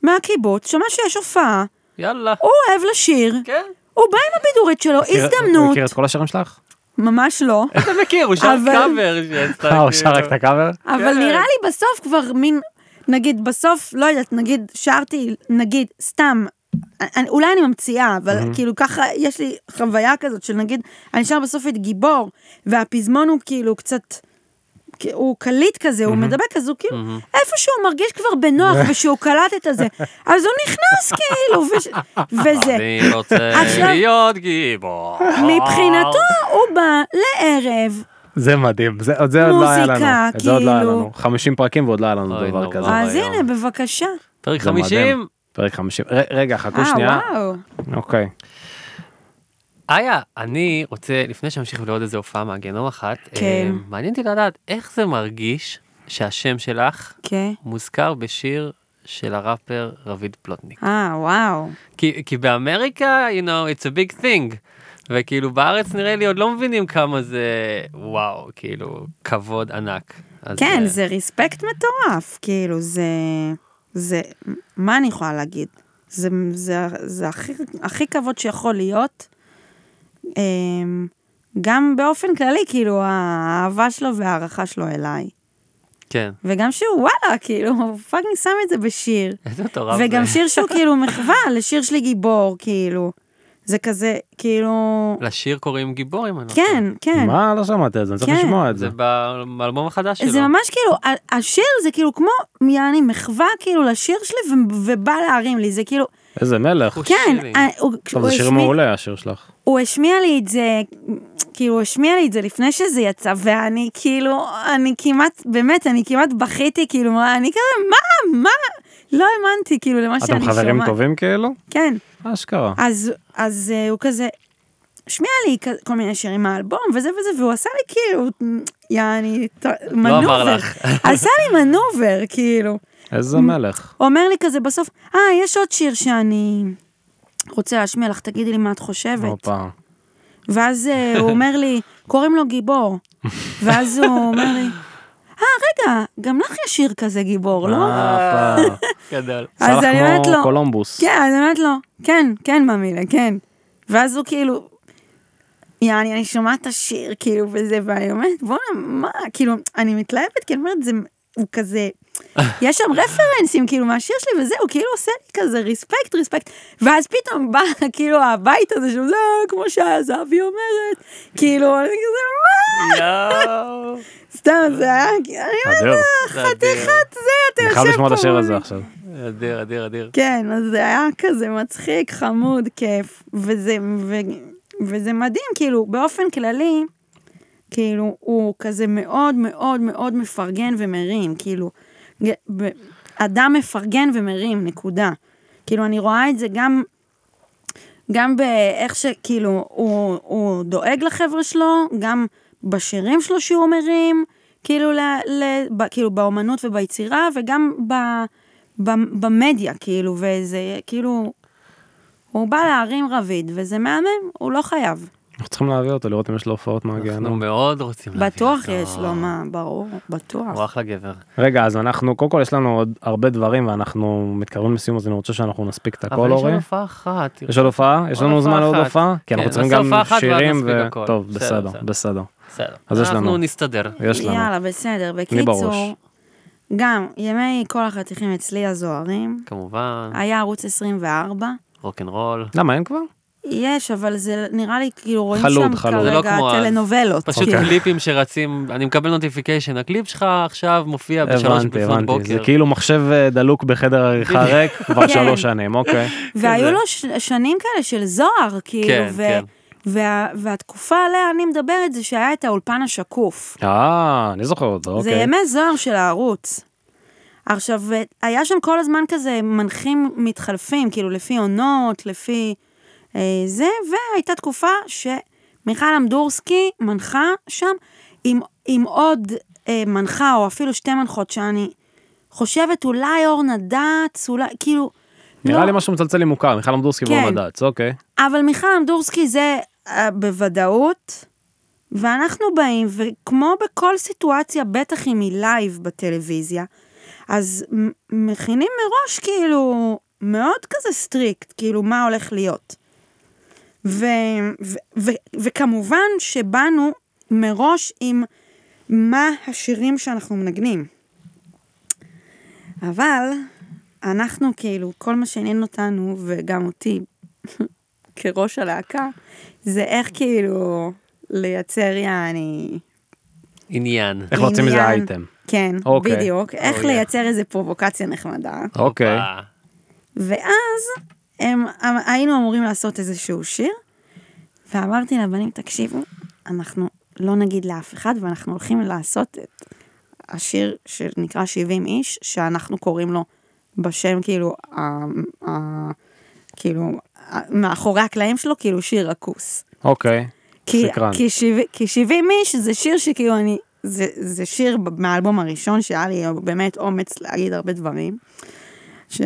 מהקיבוץ, שמע שיש הופעה,
יאללה.
הוא אוהב לשיר,
כן.
הוא בא עם הבידורית שלו,
מכיר-
הזדמנות,
מכיר את כל השירים שלך?
ממש לא,
אתה מכיר, הוא שר
אבל-
קאבר.
אה, הוא שר רק את הקאבר?
אבל נראה לי בסוף כבר מין, נגיד בסוף, לא יודעת, נגיד שרתי, נגיד, סתם, אני, אולי אני ממציאה, אבל כאילו ככה, יש לי חוויה כזאת של נגיד, אני שר בסוף את גיבור, והפזמון הוא כאילו קצת... כ- הוא קליט כזה, הוא מדבק, אז הוא כאילו, איפה שהוא מרגיש כבר בנוח ושהוא קלט את הזה, אז הוא נכנס כאילו, וש- וזה.
אני רוצה
עכשיו-
להיות גיבור.
מבחינתו הוא בא לערב,
זה מדהים, זה עוד זה עוד לא היה לנו.
מוזיקה,
זה עוד לא היה
כאילו.
לנו. 50 פרקים ועוד לא היה לנו
אוי,
דבר
נורא.
כזה.
אז
היום.
הנה בבקשה.
פרק
זה מדהים.
50.
פרק 50. ר- רגע, חכו
אה,
שנייה.
וואו.
אוקיי.
איה, אני רוצה, לפני שנמשיך לעוד איזה הופעה מהגיהנום אחת,
כן.
אה, מעניין אותי לדעת איך זה מרגיש שהשם שלך
כן.
מוזכר בשיר של הראפר רביד פלוטניק.
אה, וואו.
כי, כי באמריקה, you know, it's a big thing. וכאילו בארץ נראה לי עוד לא מבינים כמה זה, וואו, כאילו, כבוד ענק. אז,
כן,
אה,
זה ריספקט מטורף, כאילו, זה... זה... מה אני יכולה להגיד? זה, זה, זה הכי, הכי כבוד שיכול להיות. אמ, גם באופן כללי, כאילו, האהבה שלו וההערכה שלו אליי.
כן.
וגם שהוא, וואלה, כאילו, הוא פאקינג שם את זה בשיר.
איזה מטורף זה.
וגם שיר שהוא כאילו מחווה לשיר שלי גיבור, כאילו. זה כזה, כאילו...
לשיר קוראים גיבור, אם אני לא
כן, כן.
מה? לא שמעתי את זה, אני צריך
כן.
לשמוע את
זה
זה.
באלבום החדש שלו.
זה ממש כאילו, ה- השיר זה כאילו כמו, יעני, מחווה כאילו לשיר שלי ו- ובא להרים לי, זה כאילו,
איזה מלך.
הוא
כן,
שירי.
ה- הוא-
טוב,
הוא
זה שיר
השמיע-
מעולה השיר שלך.
הוא השמיע לי את זה, כאילו, הוא השמיע לי את זה לפני שזה יצא, ואני כאילו, אני כמעט, באמת, אני כמעט בכיתי, כאילו, מה, אני כזה, מה, מה? לא האמנתי, כאילו, למה שאני
אתם
שומעת.
חברים טובים כאילו?
כן.
אשכרה.
אז, אז אה, הוא כזה, השמיע לי כ- כל מיני שירים מהאלבום וזה וזה, והוא עשה לי כאילו, יעני, ת-
לא
מנובר.
לך.
עשה לי מנובר, כאילו.
איזה מלך.
הוא אומר לי כזה בסוף, אה, יש עוד שיר שאני רוצה להשמיע לך, תגידי לי מה את חושבת.
הופה.
ואז אה, הוא אומר לי, קוראים לו גיבור. ואז הוא אומר לי, אה, רגע, גם לך יש שיר כזה גיבור, לא?
אה, הופה.
גדול.
אז
סלח
אני אומרת
כמו
לו,
קולומבוס.
כן, אז אני אומרת לו, כן, כן, ממילה, כן. ואז הוא כאילו, יעני, אני שומעת את השיר, כאילו, וזה, ואני אומרת, בואנה, מה, כאילו, אני מתלהבת, כי אני אומרת, זה, הוא כזה, יש שם רפרנסים, כאילו, מהשיר שלי, וזה, הוא כאילו עושה לי כזה ריספקט, ריספקט, ואז פתאום בא, כאילו, הבית הזה, שהוא, לא, כמו שהזהבי אומרת, כאילו, אני כזה, מה?
יואו.
סתם, זה היה, אני
אדיר.
אומרת,
זה אדיר.
חתיכת זה, אתה
אני
יושב פה.
חייב לשמוע את השיר
מולי."
הזה עכשיו.
אדיר, אדיר, אדיר.
כן, אז זה היה כזה מצחיק, חמוד, כיף, וזה, ו, וזה מדהים, כאילו, באופן כללי, כאילו, הוא כזה מאוד מאוד מאוד מפרגן ומרים, כאילו, ג- ב- אדם מפרגן ומרים, נקודה. כאילו, אני רואה את זה גם, גם באיך שכאילו, הוא, הוא דואג לחבר'ה שלו, גם בשירים שלו שהוא מרים, כאילו, ל, ל, ב, כאילו באומנות וביצירה, וגם ב, ב, במדיה, כאילו, וזה, כאילו, הוא בא להרים רביד, וזה מהמם, הוא לא חייב.
אנחנו צריכים להביא אותו, לראות אם יש לו הופעות
נכון.
אנחנו
מהגיהנום.
מאוד רוצים להביא
בטוח
אותו.
יש לו, מה, ברור, בטוח.
הוא אחלה גבר.
רגע, אז אנחנו, קודם כל יש לנו עוד הרבה דברים ואנחנו מתקרבים לסיום, אז אני רוצה שאנחנו נספיק את
אבל
הכל,
יש לנו
אורי.
הופעה אחת.
יש עוד הופעה? יש
עוד
לנו
הופעה
זמן לעוד
אחת.
הופעה? כי
כן,
אנחנו צריכים
נעשה הופעה
גם
אחת ואז
שירים
נספיק
ו...
הכל.
טוב,
בסדר,
בסדר,
בסדר.
בסדר.
בסדר.
אז יש לנו.
אנחנו נסתדר.
יש לנו.
יאללה, בסדר.
לי בראש.
בקיצור, גם ימי כל החתיכים אצלי הזוהרים,
כן. כמובן,
היה ערוץ 24,
רוקנרול.
למה אין כבר?
יש, אבל זה נראה לי כאילו רואים
חלוד,
שם
חלוד. כן.
זה לא
כרגע
כמו אז.
טלנובלות.
פשוט
אוקיי.
כאילו.
קליפים שרצים, אני מקבל נוטיפיקיישן, הקליפ שלך עכשיו מופיע בשלוש
הבנתי,
לפנות
הבנתי. זה
בוקר.
כאילו מחשב אה, דלוק בחדר עריכה ריק כבר
כן.
שלוש שנים, אוקיי.
והיו לו ש- שנים כאלה של זוהר, כאילו,
כן,
ו-
כן.
וה- והתקופה עליה אני מדברת זה שהיה את האולפן השקוף.
אה, אני זוכר אותו,
זה
אוקיי.
ימי זוהר של הערוץ. עכשיו, היה שם כל הזמן כזה מנחים מתחלפים, כאילו לפי עונות, לפי אה, זה, והייתה תקופה שמנחים מיכל אמדורסקי מנחה שם עם, עם עוד אה, מנחה, או אפילו שתי מנחות, שאני חושבת אולי אורנה דץ, אולי, כאילו...
נראה
לא,
לי משהו מצלצל לי מוכר, מיכל עמדורסקי
כן.
ואורנה דץ, אוקיי.
אבל מיכל אמדורסקי זה אה, בוודאות, ואנחנו באים, וכמו בכל סיטואציה, בטח אם היא לייב בטלוויזיה, אז מ- מכינים מראש כאילו מאוד כזה סטריקט, כאילו מה הולך להיות. ו- ו- ו- וכמובן שבאנו מראש עם מה השירים שאנחנו מנגנים. אבל אנחנו כאילו, כל מה שעניין אותנו, וגם אותי כראש הלהקה, זה איך כאילו לייצר יעני...
עניין.
איך להוציא מזה
עניין.
אייטם.
כן,
אוקיי.
בדיוק, איך
אוי.
לייצר איזה פרובוקציה נחמדה.
אוקיי.
אה,
ואז הם, הם, היינו אמורים לעשות איזשהו שיר, ואמרתי לבנים, תקשיבו, אנחנו לא נגיד לאף אחד, ואנחנו הולכים לעשות את השיר שנקרא 70 איש, שאנחנו קוראים לו בשם כאילו, ה, ה, כאילו, ה- מאחורי הקלעים שלו, כאילו שיר הכוס.
אוקיי.
כי,
שקרן.
כי, שבע, כי 70 איש זה שיר שכאילו אני, זה, זה שיר מהאלבום הראשון שהיה לי באמת אומץ להגיד הרבה דברים. שאין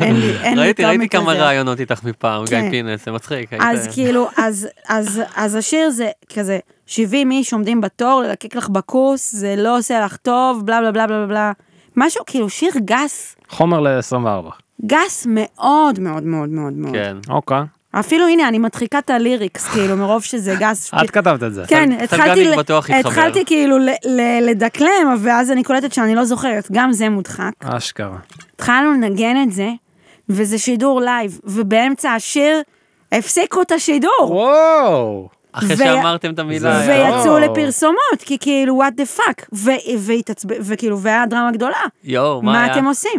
לי, אין לי
ראיתי,
טעם
ראיתי כמה
כזה.
רעיונות איתך מפעם, גיא
כן.
פינס, זה מצחיק. היית-
אז כאילו, אז, אז, אז השיר זה כזה, 70 איש עומדים בתור, ללקק לך בכוס, זה לא עושה לך טוב, בלה בלה בלה בלה בלה. משהו, כאילו שיר גס,
חומר ל-24.
גס מאוד מאוד מאוד מאוד מאוד.
כן.
אוקיי.
אפילו הנה, אני מדחיקה את הליריקס, כאילו, מרוב שזה גס.
את כתבת את זה.
כן,
סל-
התחלתי,
סלגניק
ל-
בטוח יתחבר.
התחלתי כאילו ל- ל- לדקלם, ואז אני קולטת שאני לא זוכרת, גם זה מודחק.
אשכרה.
התחלנו לנגן את זה, וזה שידור לייב, ובאמצע השיר הפסיקו את השידור,
וואו.
אחרי
ו-
שאמרתם את המילה.
זה-
יואו.
ויצאו
וואו.
לפרסומות, כי כאילו, what the fuck, ו- והתעצבן, וכאילו, והיה דרמה גדולה,
יואו, מה
מה
אה.
היה?
אתם עושים?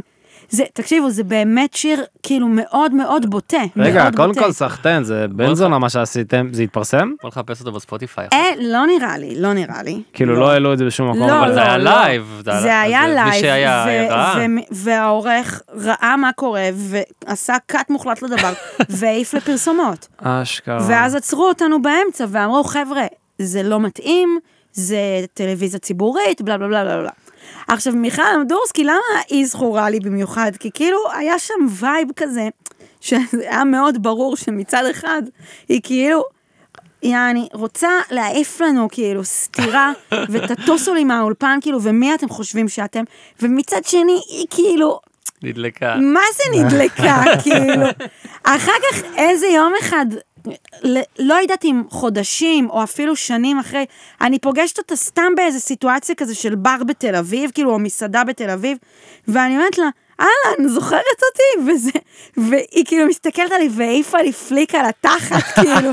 זה, תקשיבו, זה באמת שיר כאילו מאוד מאוד בוטה.
רגע,
מאוד
קודם
בוטה.
כל סחטיין, זה בן זונה מה שעשיתם, זה התפרסם?
בוא נחפש אותו בספוטיפיי. אחר
אה, לא נראה לי, לא נראה לי.
כאילו לא העלו את זה בשום מקום.
לא,
אבל
אבל-
זה היה
לא.
לייב.
זה היה
אז מי
לייב,
שהיה
ו-
ראה.
ו- והעורך ראה מה קורה, ועשה קאט מוחלט לדבר, והעיף לפרסומות.
אשכרה.
ואז עצרו אותנו באמצע, ואמרו, חבר'ה, זה לא מתאים, זה טלוויזיה ציבורית, בלה בלה בלה בלה בלה. עכשיו, מיכל אמדורסקי, למה היא זכורה לי במיוחד? כי כאילו, היה שם וייב כזה, שהיה מאוד ברור שמצד אחד, היא כאילו... יעני, רוצה להעיף לנו כאילו סטירה, ותטוסו לי מהאולפן כאילו, ומי אתם חושבים שאתם? ומצד שני, היא כאילו,
נדלקה.
מה זה נדלקה, כאילו? אחר כך איזה יום אחד, ל- לא יודעת אם חודשים או אפילו שנים אחרי, אני פוגשת אותה סתם באיזה סיטואציה כזה של בר בתל אביב, כאילו, או מסעדה בתל אביב, ואני אומרת לה, אהלן, זוכרת אותי? וזה, והיא כאילו מסתכלת עלי והעיפה לי פליק על התחת, כאילו,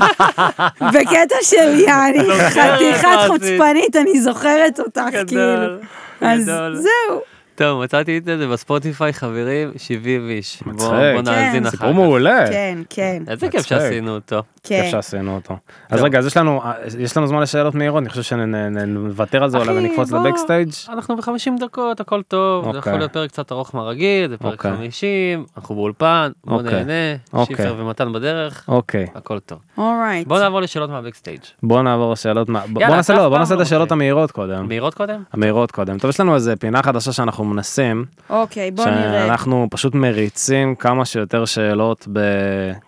בקטע של יעני,
זוכרת
חתיכת
מה עשית.
חוצפנית, אני זוכרת אותך, כאילו.
לא גדול.
אז
גדול.
זהו.
טוב, מצאתי את זה בספוטיפיי, חברים, 70 איש. בוא-
מצחיק. כן.
בוא נאזין אחר כך.
סיפור מעולה.
אה.
כן, כן,
איזה כיף
מצחיק.
שעשינו אותו.
כיף
כן.
שעשינו אותו. אז רגע, אז יש לנו יש לנו זמן לשאלות מהירות, אני חושב שנוותר על זה אולי
אחי,
ונקפוץ
בוא.
לבקסטייג'.
אנחנו ב-50 דקות, הכל טוב, זה
אוקיי.
יכול להיות פרק קצת ארוך מהרגיל, זה פרק
אוקיי.
50, אנחנו באולפן, בוא
אוקיי.
נהנה,
אוקיי.
שיפר ומתן בדרך,
אוקיי, כן.
הכל טוב.
אורייט.
בוא נעבור לשאלות מהבקסטייג'.
בוא נעבור לשאלות, מה- בוא
יאללה,
נעשה
אתה אף
לא, בוא
פעם
נעשה את
לא
השאלות
רוצה.
המהירות קודם.
מהירות קודם?
המהירות קודם. טוב, יש לנו איזה פינה חדשה שאנחנו מנסים,
אוקיי, בוא נראה.
שאנחנו פשוט מריצים כמה שיותר שאלות ב...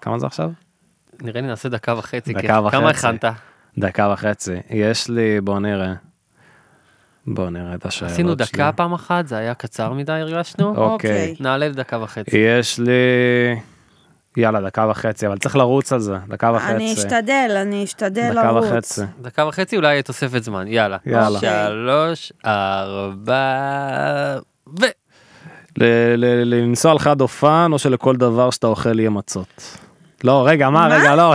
כמה זה עכשיו?
נראה לי נעשה דקה וחצי.
דקה
כן. כמה
וחצי. אה, לא
הכנת?
דקה וחצי. יש לי, בוא נראה. בוא נראה את השאלות
עשינו
שלי.
דקה פעם אחת, זה היה קצר מדי הרגשנו.
אוקיי. אה.
נעלה לדקה וחצי.
יש לי... יאללה, דקה וחצי, אבל צריך לרוץ על זה, דקה וחצי.
אני אשתדל, אני אשתדל
דקה
לרוץ.
וחצי.
דקה וחצי אולי יהיה תוספת זמן, יאללה.
יאללה.
שלוש, ארבע, ו...
ל- ל- לנסוע על חד אופן, או שלכל דבר שאתה אוכל יהיה מצות. לא, רגע, מה, רגע, לא,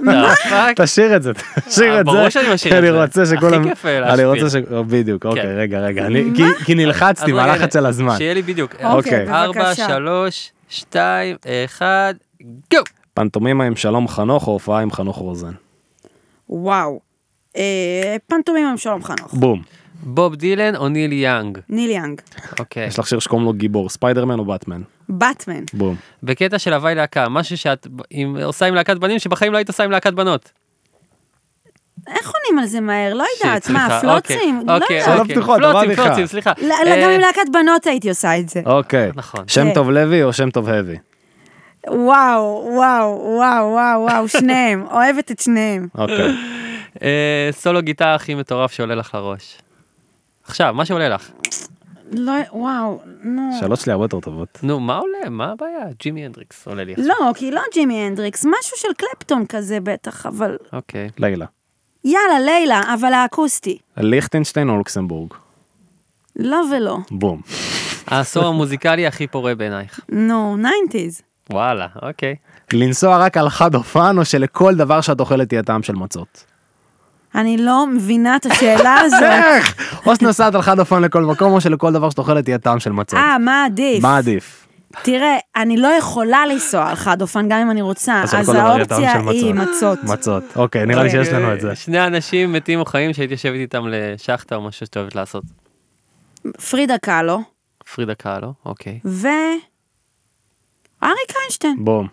מה? פאק?
תשאיר את זה, תשאיר את זה.
אה, ברור שאני משאיר את
אני
זה.
רוצה שכולם...
הכי כיף
אני
להשפיע.
רוצה ש... בדיוק,
כן.
אוקיי, רגע, רגע. אני- כי- כי נלחצתי
אז רגע,
מהלחץ על הזמן.
שיהיה לי בדיוק.
אוקיי,
אוקיי.
ארבע,
בבקשה.
שלוש, שתיים, אחד, גו!
פנטומימה עם שלום חנוך, או הופעה עם חנוך רוזן.
וואו. אה, פנטומים עם שלום חנוך.
בום.
כן. בוב דילן או ניל יאנג?
ניל יאנג.
אוקיי.
יש לך שיר שקוראים לו גיבור, ספיידרמן או באטמן?
באטמן.
בום.
בקטע של הוואי להקה, משהו שאת ב- עם- עושה עם להקת בנים שבחיים לא היית עושה עם להקת בנות.
איך עונים על זה מהר? לא יודעת,
סליחה,
מה,
אוקיי,
פלוצים? לא
אוקיי,
יודעת.
אוקיי.
פתוחות,
פלוצים,
אמרתי לך.
פלוצים, סליחה.
לא, לא,
אה,
גם עם להקת בנות הייתי עושה את זה.
אוקיי.
נכון.
שם
כן.
טוב לוי או שם טוב הבי? אוקיי.
וואו, וואו, וואו, וואו, וואו, שניהם, אוהבת את שניהם.
אוקיי.
לא-
אה, סולו גיטרה הכי מטורף שעולה לך לראש. עכשיו, מה שעולה לך.
לא, וואו, נו.
שאלות שלי הרבה יותר טובות.
נו, מה עולה? מה הבעיה? ג'ימי הנדריקס עולה לי. עכשיו.
לא, כי לא ג'ימי הנדריקס, משהו של קלפטון כזה בטח, אבל
אוקיי.
לילה.
יאללה, לילה, אבל האקוסטי.
ליכטנשטיין או לוקסמבורג?
לא ולא.
בום.
העשור המוזיקלי הכי פורה בעינייך.
נו, ניינטיז.
וואלה, אוקיי.
לנסוע רק על חד אופן או שלכל דבר שאת אוכלת יהיה טעם של מצות?
אני לא מבינה את השאלה הזאת.
איך? או שנוסעת על חד אופן לכל מקום או שלכל דבר שאת אוכלת יהיה טעם של מצות.
אה, מה עדיף?
מה עדיף?
תראה, אני לא יכולה לנסוע על חד אופן גם אם אני רוצה,
אז על
אז
כל דבר יהיה טעם
האופציה
של מצות.
היא מצות.
מצות. אוקיי, נראה לי שיש לנו את זה.
שני אנשים מתים או חיים שהייתי יושבת איתם לשחטה או משהו שאת אוהבת לעשות.
פרידה קאלו,
פרידה קאלו, אוקיי.
ו... אריק איינשטיין.
בום.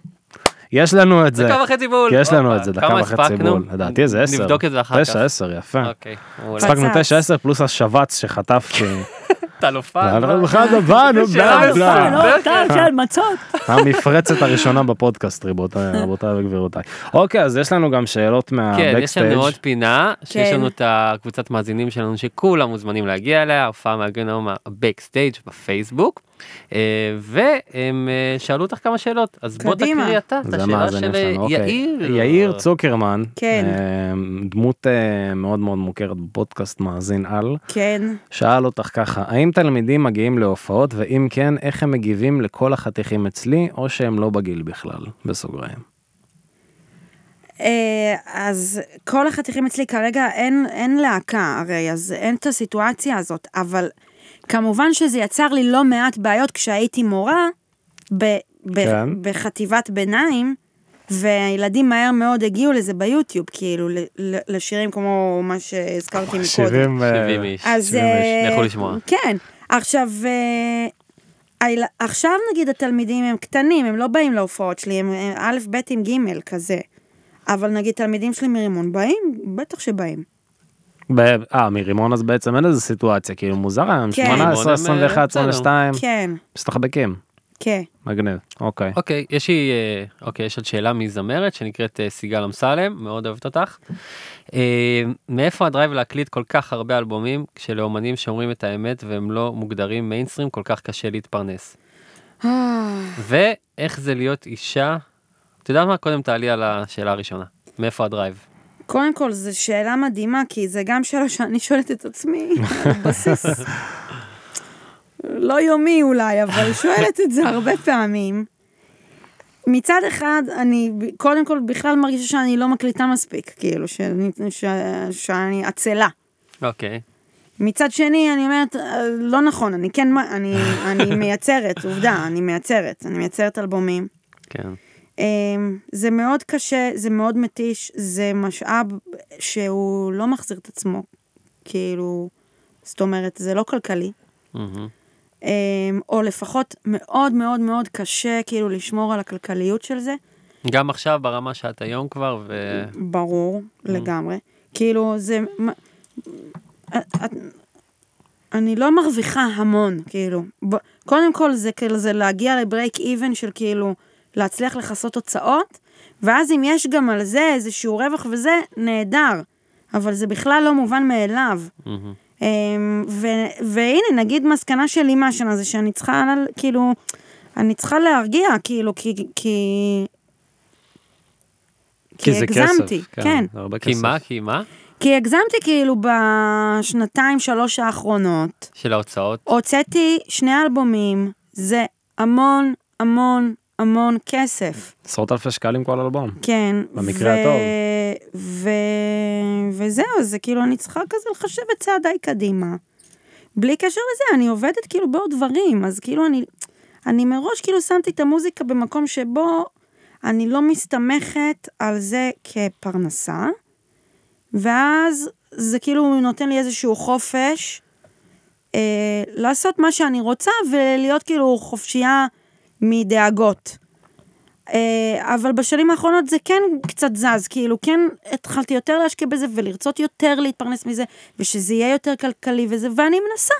יש לנו את זה.
דקה וחצי בול.
יש לנו
הופה,
את זה, דקה
אה, כמה
וחצי
הספקנו?
בול. לדעתי זה 10.
נבדוק את זה אחר כך.
9, 10, יפה.
אוקיי. מעולה.
פצץ.
הספקנו 9, 10 פלוס השבץ שחטפתי.
אתה לא פעם.
ואנחנו בכלל דבנו,
שאלה
בלה
יפה,
בלה.
לא?
מצות.
המפרצת הראשונה בפודקאסט, רבותיי רבותיי וגבירותיי. אוקיי, אז יש לנו גם שאלות
כן, יש
מהבקסטייג'.
לנו עוד פינה, שיש
כן.
לנו את הקבוצת מאזינים שלנו שכולם מוזמנים להגיע אליה, הופעה מהגנום הבקסטייג' בפייסבוק, אה, והם אה, שאלו אותך כמה שאלות, אז בוא
קדימה.
תקריא אתה את
זה
השאלה
המאזינים
של
שלנו,
אה,
אוקיי.
יאיר.
יאיר צוקרמן,
כן.
אה, דמות אה, מאוד מאוד מוכרת בפודקאסט מאזין על,
כן.
שאל אותך ככה, האם תלמידים מגיעים להופעות, ואם כן, איך הם מגיבים לכל החתיכים אצלי, או שהם לא בגיל בכלל, בסוגריים.
אה, אז כל החתיכים אצלי כרגע אין, אין להקה הרי, אז אין את הסיטואציה הזאת, אבל כמובן שזה יצר לי לא מעט בעיות כשהייתי מורה ב, ב,
כן.
כן. בחטיבת ביניים, והילדים מהר מאוד הגיעו לזה ביוטיוב, כאילו, ל, ל, לשירים כמו מה שהזכרתי מקודם.
שבעים איש.
אז... אה,
לכו לשמוע.
כן. עכשיו, אה, היל- עכשיו נגיד התלמידים הם קטנים, הם לא באים להופעות שלי, הם הם א', ב', עם ג', כזה. אבל נגיד תלמידים שלי מרימון באים, בטח שבאים.
ב- אה, מרימון אז בעצם אין איזה סיטואציה, כאילו מוזר היום,
כן.
18,
רימון,
21,
אה, בסדר.
22,
כן, מסתחבקים. כן.
מגניב, אוקיי.
אוקיי, יש לי, אה, אוקיי, יש עוד שאלה מזמרת שנקראת אה, סיגל אמסלם, מאוד אוהבת אותך. אה, מאיפה הדרייב להקליט כל כך הרבה אלבומים, כשלאומנים שאומרים את האמת והם לא מוגדרים מיינסטרים, כל כך קשה להתפרנס?
אה,
ואיך זה להיות אישה, אתה יודע מה? קודם תעלי על השאלה הראשונה. מאיפה הדרייב?
קודם כל, זו שאלה מדהימה, כי זה גם שאלה שאני שואלת את עצמי, על בסיס לא יומי אולי, אבל שואלת את זה הרבה פעמים. מצד אחד, אני ב- קודם כל בכלל מרגישה שאני לא מקליטה מספיק, כאילו, שאני, ש, שאני עצלה.
אוקיי.
מצד שני, אני אומרת, "אה, לא נכון, אני כן, מ- אני, אני מייצרת, עובדה, אני מייצרת, אני מייצרת אלבומים.
כן.
אמ, זה מאוד קשה, זה מאוד מתיש, זה משאב שהוא לא מחזיר את עצמו, כאילו, זאת אומרת, זה לא כלכלי,
מהמם.
אמ, או לפחות מאוד מאוד מאוד קשה כאילו לשמור על הכלכליות של זה,
גם עכשיו ברמה שאת היום כבר, ו...
ברור לגמרי, כאילו זה, מ- את- את- אני לא מרוויחה המון, כאילו, ב- קודם כל זה כאילו זה להגיע לברייק איבן של כאילו להצליח לכסות הוצאות, ואז אם יש גם על זה איזשהו רווח וזה, נהדר, אבל זה בכלל לא מובן מאליו.
מהמם.
אמ, ו- והנה, נגיד מסקנה שלי מהשנה זה שאני צריכה, לה- כאילו, אני צריכה להרגיע, כאילו, כי... כי... כי
זה
הגזמתי,
כסף, לא.
כן.
זה הרבה
כי
כסף.
מה? כי מה?
כי הגזמתי כאילו בשנתיים, שלוש האחרונות.
של ההוצאות.
הוצאתי שני אלבומים, זה המון, המון, המון כסף.
עשרות אלפי שקלים כל אלבום.
כן.
במקרה הטוב.
ו... וזהו, זה כאילו, אני צריכה כזה לחשב את צעדיי קדימה. בלי קשר לזה, אני עובדת כאילו בעוד דברים, אז כאילו אני, אני מראש כאילו שמתי את המוזיקה במקום שבו אני לא מסתמכת על זה כפרנסה, ואז זה כאילו נותן לי איזשהו חופש אה, לעשות מה שאני רוצה ולהיות כאילו חופשייה מדאגות. אה, אבל בשנים האחרונות זה כן קצת זז, כאילו כן התחלתי יותר להשקיע בזה ולרצות יותר להתפרנס מזה, ושזה יהיה יותר כלכלי וזה, ואני מנסה.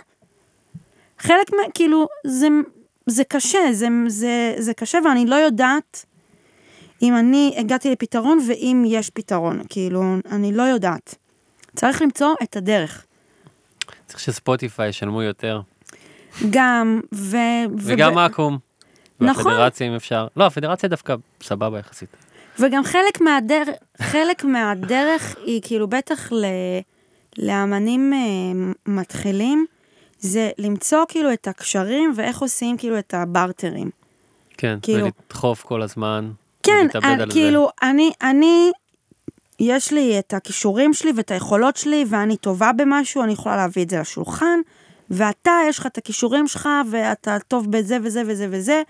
חלק מה, כאילו, זה, זה קשה, זה, זה, זה קשה ואני לא יודעת אם אני הגעתי לפתרון ואם יש פתרון, כאילו, אני לא יודעת. צריך למצוא את הדרך.
צריך שספוטיפיי ישלמו יותר.
גם, ו...
וגם אקו"ם.
נכון.
והפדרציה אם אפשר. לא, הפדרציה דווקא סבבה יחסית.
וגם חלק מהדרך, חלק מהדרך היא כאילו בטח ל, לאמנים אה, מתחילים, זה למצוא כאילו את הקשרים ואיך עושים כאילו את הברטרים.
כן,
כאילו-
ולדחוף כל הזמן.
כן,
ולהתאבד
אני-
על זה.
כאילו, אני, אני, יש לי את הכישורים שלי ואת היכולות שלי, ואני טובה במשהו, אני יכולה להביא את זה לשולחן, ואתה, יש לך את הכישורים שלך, ואתה טוב בזה וזה וזה וזה,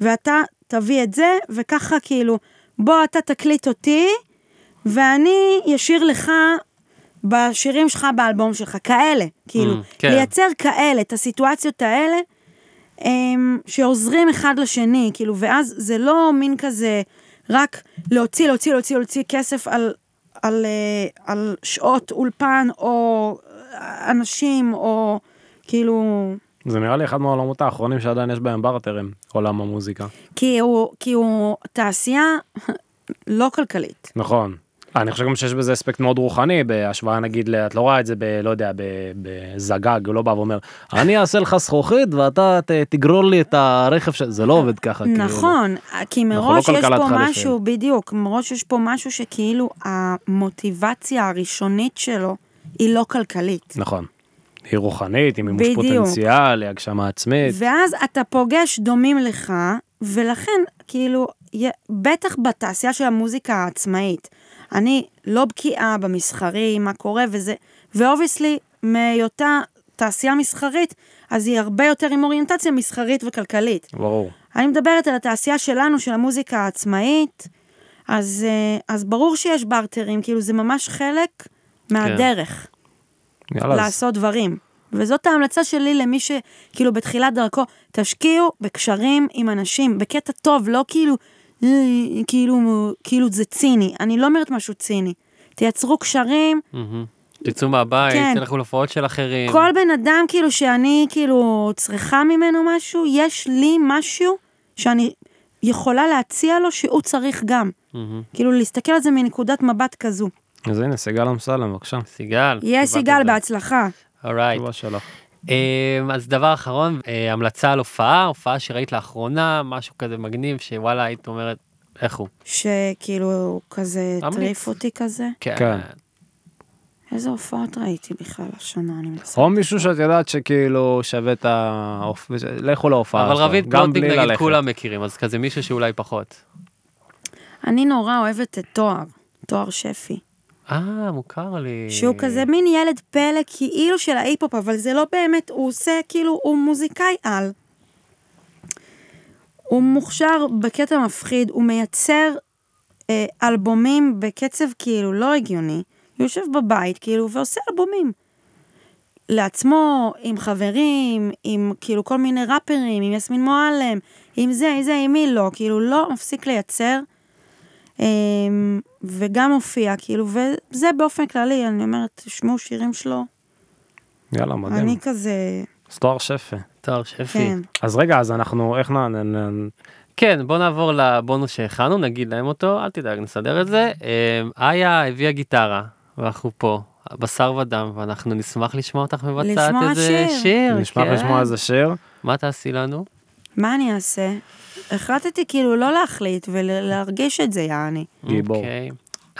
ואתה תביא את זה, וככה כאילו, בוא אתה תקליט אותי, ואני אשיר לך בשירים שלך, באלבום שלך, כאלה, כאילו,
Mm,
כן.
כן.
לייצר כאלה, את הסיטואציות האלה, אמ, שעוזרים אחד לשני, כאילו, ואז זה לא מין כזה רק להוציא, להוציא, להוציא, להוציא כסף על, על, אה, על שעות אולפן, או אה, אנשים, או כאילו...
זה נראה לי אחד מהעולמות האחרונים שעדיין יש בהם ברטרים, עולם המוזיקה.
כי הוא, כי הוא תעשייה לא כלכלית.
נכון. אני חושב גם שיש בזה אספקט מאוד רוחני בהשוואה נגיד ל... את לא רואה את זה ב... לא יודע, ב- בזגג, הוא לא בא ואומר, אני אעשה לך זכוכית ואתה ת- תגרור לי את הרכב ש... זה לא עובד ככה. כאילו.
נכון, כי
לא
מראש יש
כלכלת
פה
חלפים.
משהו, בדיוק, מראש יש פה משהו שכאילו המוטיבציה הראשונית שלו היא לא כלכלית.
נכון. היא רוחנית, היא מימוש
בדיוק.
פוטנציאל, היא הגשמה עצמית.
ואז אתה פוגש דומים לך, ולכן, כאילו, י- בטח בתעשייה של המוזיקה העצמאית, אני לא בקיאה במסחרי, מה קורה וזה, ואובייסלי, מהיותה תעשייה מסחרית, אז היא הרבה יותר עם אוריינטציה מסחרית וכלכלית.
ברור.
אני מדברת על התעשייה שלנו, של המוזיקה העצמאית, אז, אה, אז ברור שיש בארטרים, כאילו, זה ממש חלק מהדרך.
יאללה, אז
לעשות דברים. וזאת ההמלצה שלי למי שכאילו בתחילת דרכו, תשקיעו בקשרים עם אנשים, בקטע טוב, לא כאילו, "אה, כאילו, כאילו זה ציני. אני לא אומרת משהו ציני. תייצרו קשרים,
מהמם. תצאו מהבית,
כן.
תלכו להופעות של אחרים.
כל בן אדם כאילו שאני כאילו צריכה ממנו משהו, יש לי משהו שאני יכולה להציע לו שהוא צריך גם.
מהמם.
כאילו להסתכל על זה מנקודת מבט כזו.
אז הנה, סיגל אמסלם, בבקשה.
סיגל.
יהיה סיגל, בהצלחה.
אורייט.
תשובה שלך.
אמ, אז דבר אחרון, אה, המלצה על הופעה, הופעה שראית לאחרונה, משהו כזה מגניב, שוואלה, היית אומרת, איך הוא?
שכאילו כזה
אמליץ.
טריף אותי כזה.
כן.
איזה הופעות ראיתי בכלל השנה, אני מנסה.
או מישהו שאת יודעת שכאילו שווה את ה... לכו להופעה
אבל
שלו,
רביד
גם
פלוטניק
בלי
נגיד
ללכת.
כולם מכירים, אז כזה מישהו שאולי פחות.
אני נורא אוהבת את תואר, תואר שפי.
אה, מוכר לי.
שהוא כזה מין ילד פלא כאילו של ההיפ-הופ, אבל זה לא באמת, הוא עושה כאילו, הוא מוזיקאי על. הוא מוכשר בקטע מפחיד, הוא מייצר אה, אלבומים בקצב כאילו לא הגיוני. הוא יושב בבית כאילו ועושה אלבומים. לעצמו, עם חברים, עם כאילו כל מיני ראפרים, עם יסמין מועלם, עם זה, עם זה, עם מי לא, כאילו לא מפסיק לייצר. אמ, וגם הופיע, כאילו, וזה באופן כללי, אני אומרת, תשמעו שירים שלו.
יאללה,
אני
מדהים.
כזה,
אז תואר שפע.
תואר שפי.
כן.
אז רגע, אז אנחנו, איך נ... נ- נ-
כן, בוא נעבור לבונוס שהכנו, נגיד להם אותו, אל תדאג, נסדר את זה. אה, איה הביאה גיטרה, ואנחנו פה, בשר ודם, ואנחנו נשמח לשמוע אותך מבצעת
לשמוע
איזה
שיר.
שיר.
אוקיי.
נשמח
כן.
לשמוע איזה שיר.
מה תעשי לנו?
מה אני אעשה? החלטתי כאילו לא להחליט ולהרגיש את זה, יעני.
גיבור.
אוקיי.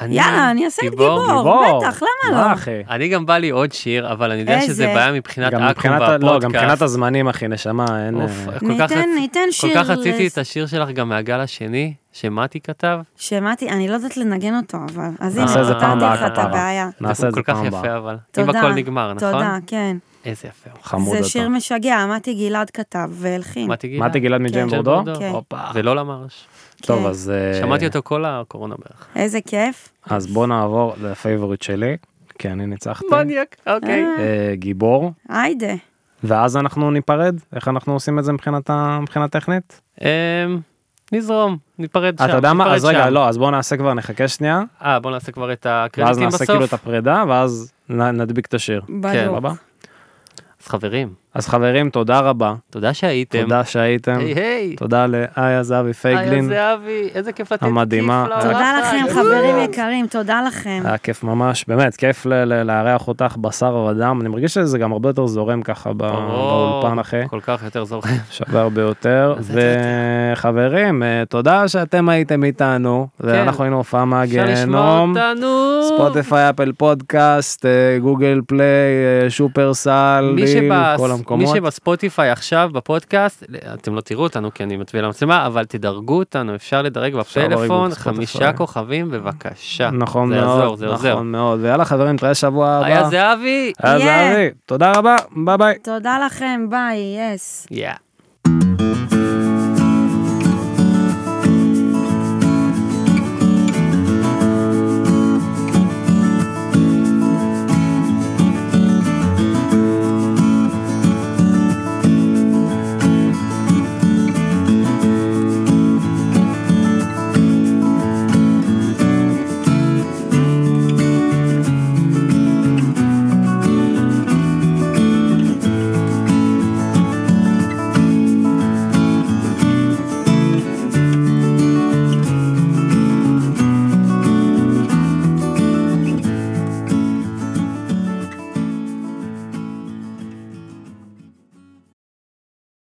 אני-
יאללה, אני אעשה את גיבור,
גיבור.
בטח, למה
מה,
לא?
אחי?
אני גם בא לי עוד שיר, אבל אני יודע
איזה?
שזה בעיה מבחינת
גם
אקו"ם
מבחינת ה-
והפודקאסט.
לא, גם מבחינת הזמנים, אחי, נשמה, אין...
אוף,
אה,
כל כך
ניתן-
רצ-
ניתן שיר
כל כך רציתי
לס-
את השיר שלך גם מהגל השני, שמתי כתב.
שמעתי, אני לא יודעת לנגן אותו, אבל. אז הנה,
נעשה את זה פעם
פתרתי
הבאה,
לך את
כפרה.
הבעיה.
נעשה את זה פעם
כל כך
הבאה.
יפה אבל. אם
תודה.
הכל נגמר, נכון?
תודה, כן.
איזה יפה. הוא.
חמוד
זה שיר
אתה.
משגע, מתי גלעד כתב והלחין.
מתי גלעד.
מתי גלעד מג'ם
ג'ם
בורדו? לא
בורדו.
כן.
הופה.
ולא למרש.
טוב,
כן.
אז... אה,
שמעתי אותו כל הקורונה בערך.
איזה כיף.
אז בוא נעבור לפייבוריט שלי, כי אני ניצחתי.
מניאק, אוקיי.
אה, גיבור.
היידה.
ואז אנחנו ניפרד? איך אנחנו עושים את זה מבחינת ה- מבחינה טכנית?
אמ, נזרום, ניפרד שם.
אה, אתה יודע מה?
ניפרד
אז רגע,
שם.
לא, אז בואו נעשה כבר, נחכה שנייה,
אה, בוא נעשה כבר את
ואז
הקרדיטים
נעשה
בסוף.
כאילו את הפרידה, ואז נ- נדביק את השיר.
בדיוק.
סבבה?
אז חברים,
אז חברים, תודה רבה.
תודה שהייתם.
תודה שהייתם.
היי היי.
תודה לאיה זהבי
היי,
פייגלין.
זהבי, איזה כיף לתת
המדהימה. אה,
כיף לעולם.
תודה לכם, חברים יקרים, תודה לכם.
היה כיף ממש, באמת, כיף ל- ל- לארח אותך בשר ודם, אני מרגיש שזה גם הרבה יותר זורם ככה ב-
ברור,
באולפן אחי,
כל כך יותר זורם.
שווה הרבה יותר, וחברים, אה, תודה שאתם הייתם איתנו, ואנחנו היינו הופעה
כן. אפשר לשמוע
מהגיהנום,
אותנו.
ספוטיפיי, אפל פודקאסט, אה, גוגל פליי, אה, שופרסל,
מי
ליל,
שבס-
כל
מי
המקומות,
שבספוטיפיי עכשיו בפודקאסט, אתם לא תראו אותנו כי אני מצביע למצלמה, אבל תדרגו אותנו, אפשר לדרג
אפשר לדרג
בפלאפון,
בספוטיפיי.
חמישה כוכבים בבקשה.
נכון
זה יעזור,
מאוד,
זה עוזר.
נכון מאוד, ויאללה חברים, נתראה שבוע הבא,
היה זהבי!
היה
יהיה.
זהבי, תודה רבה, ביי ביי.
תודה לכם, ביי, יס.
Yeah.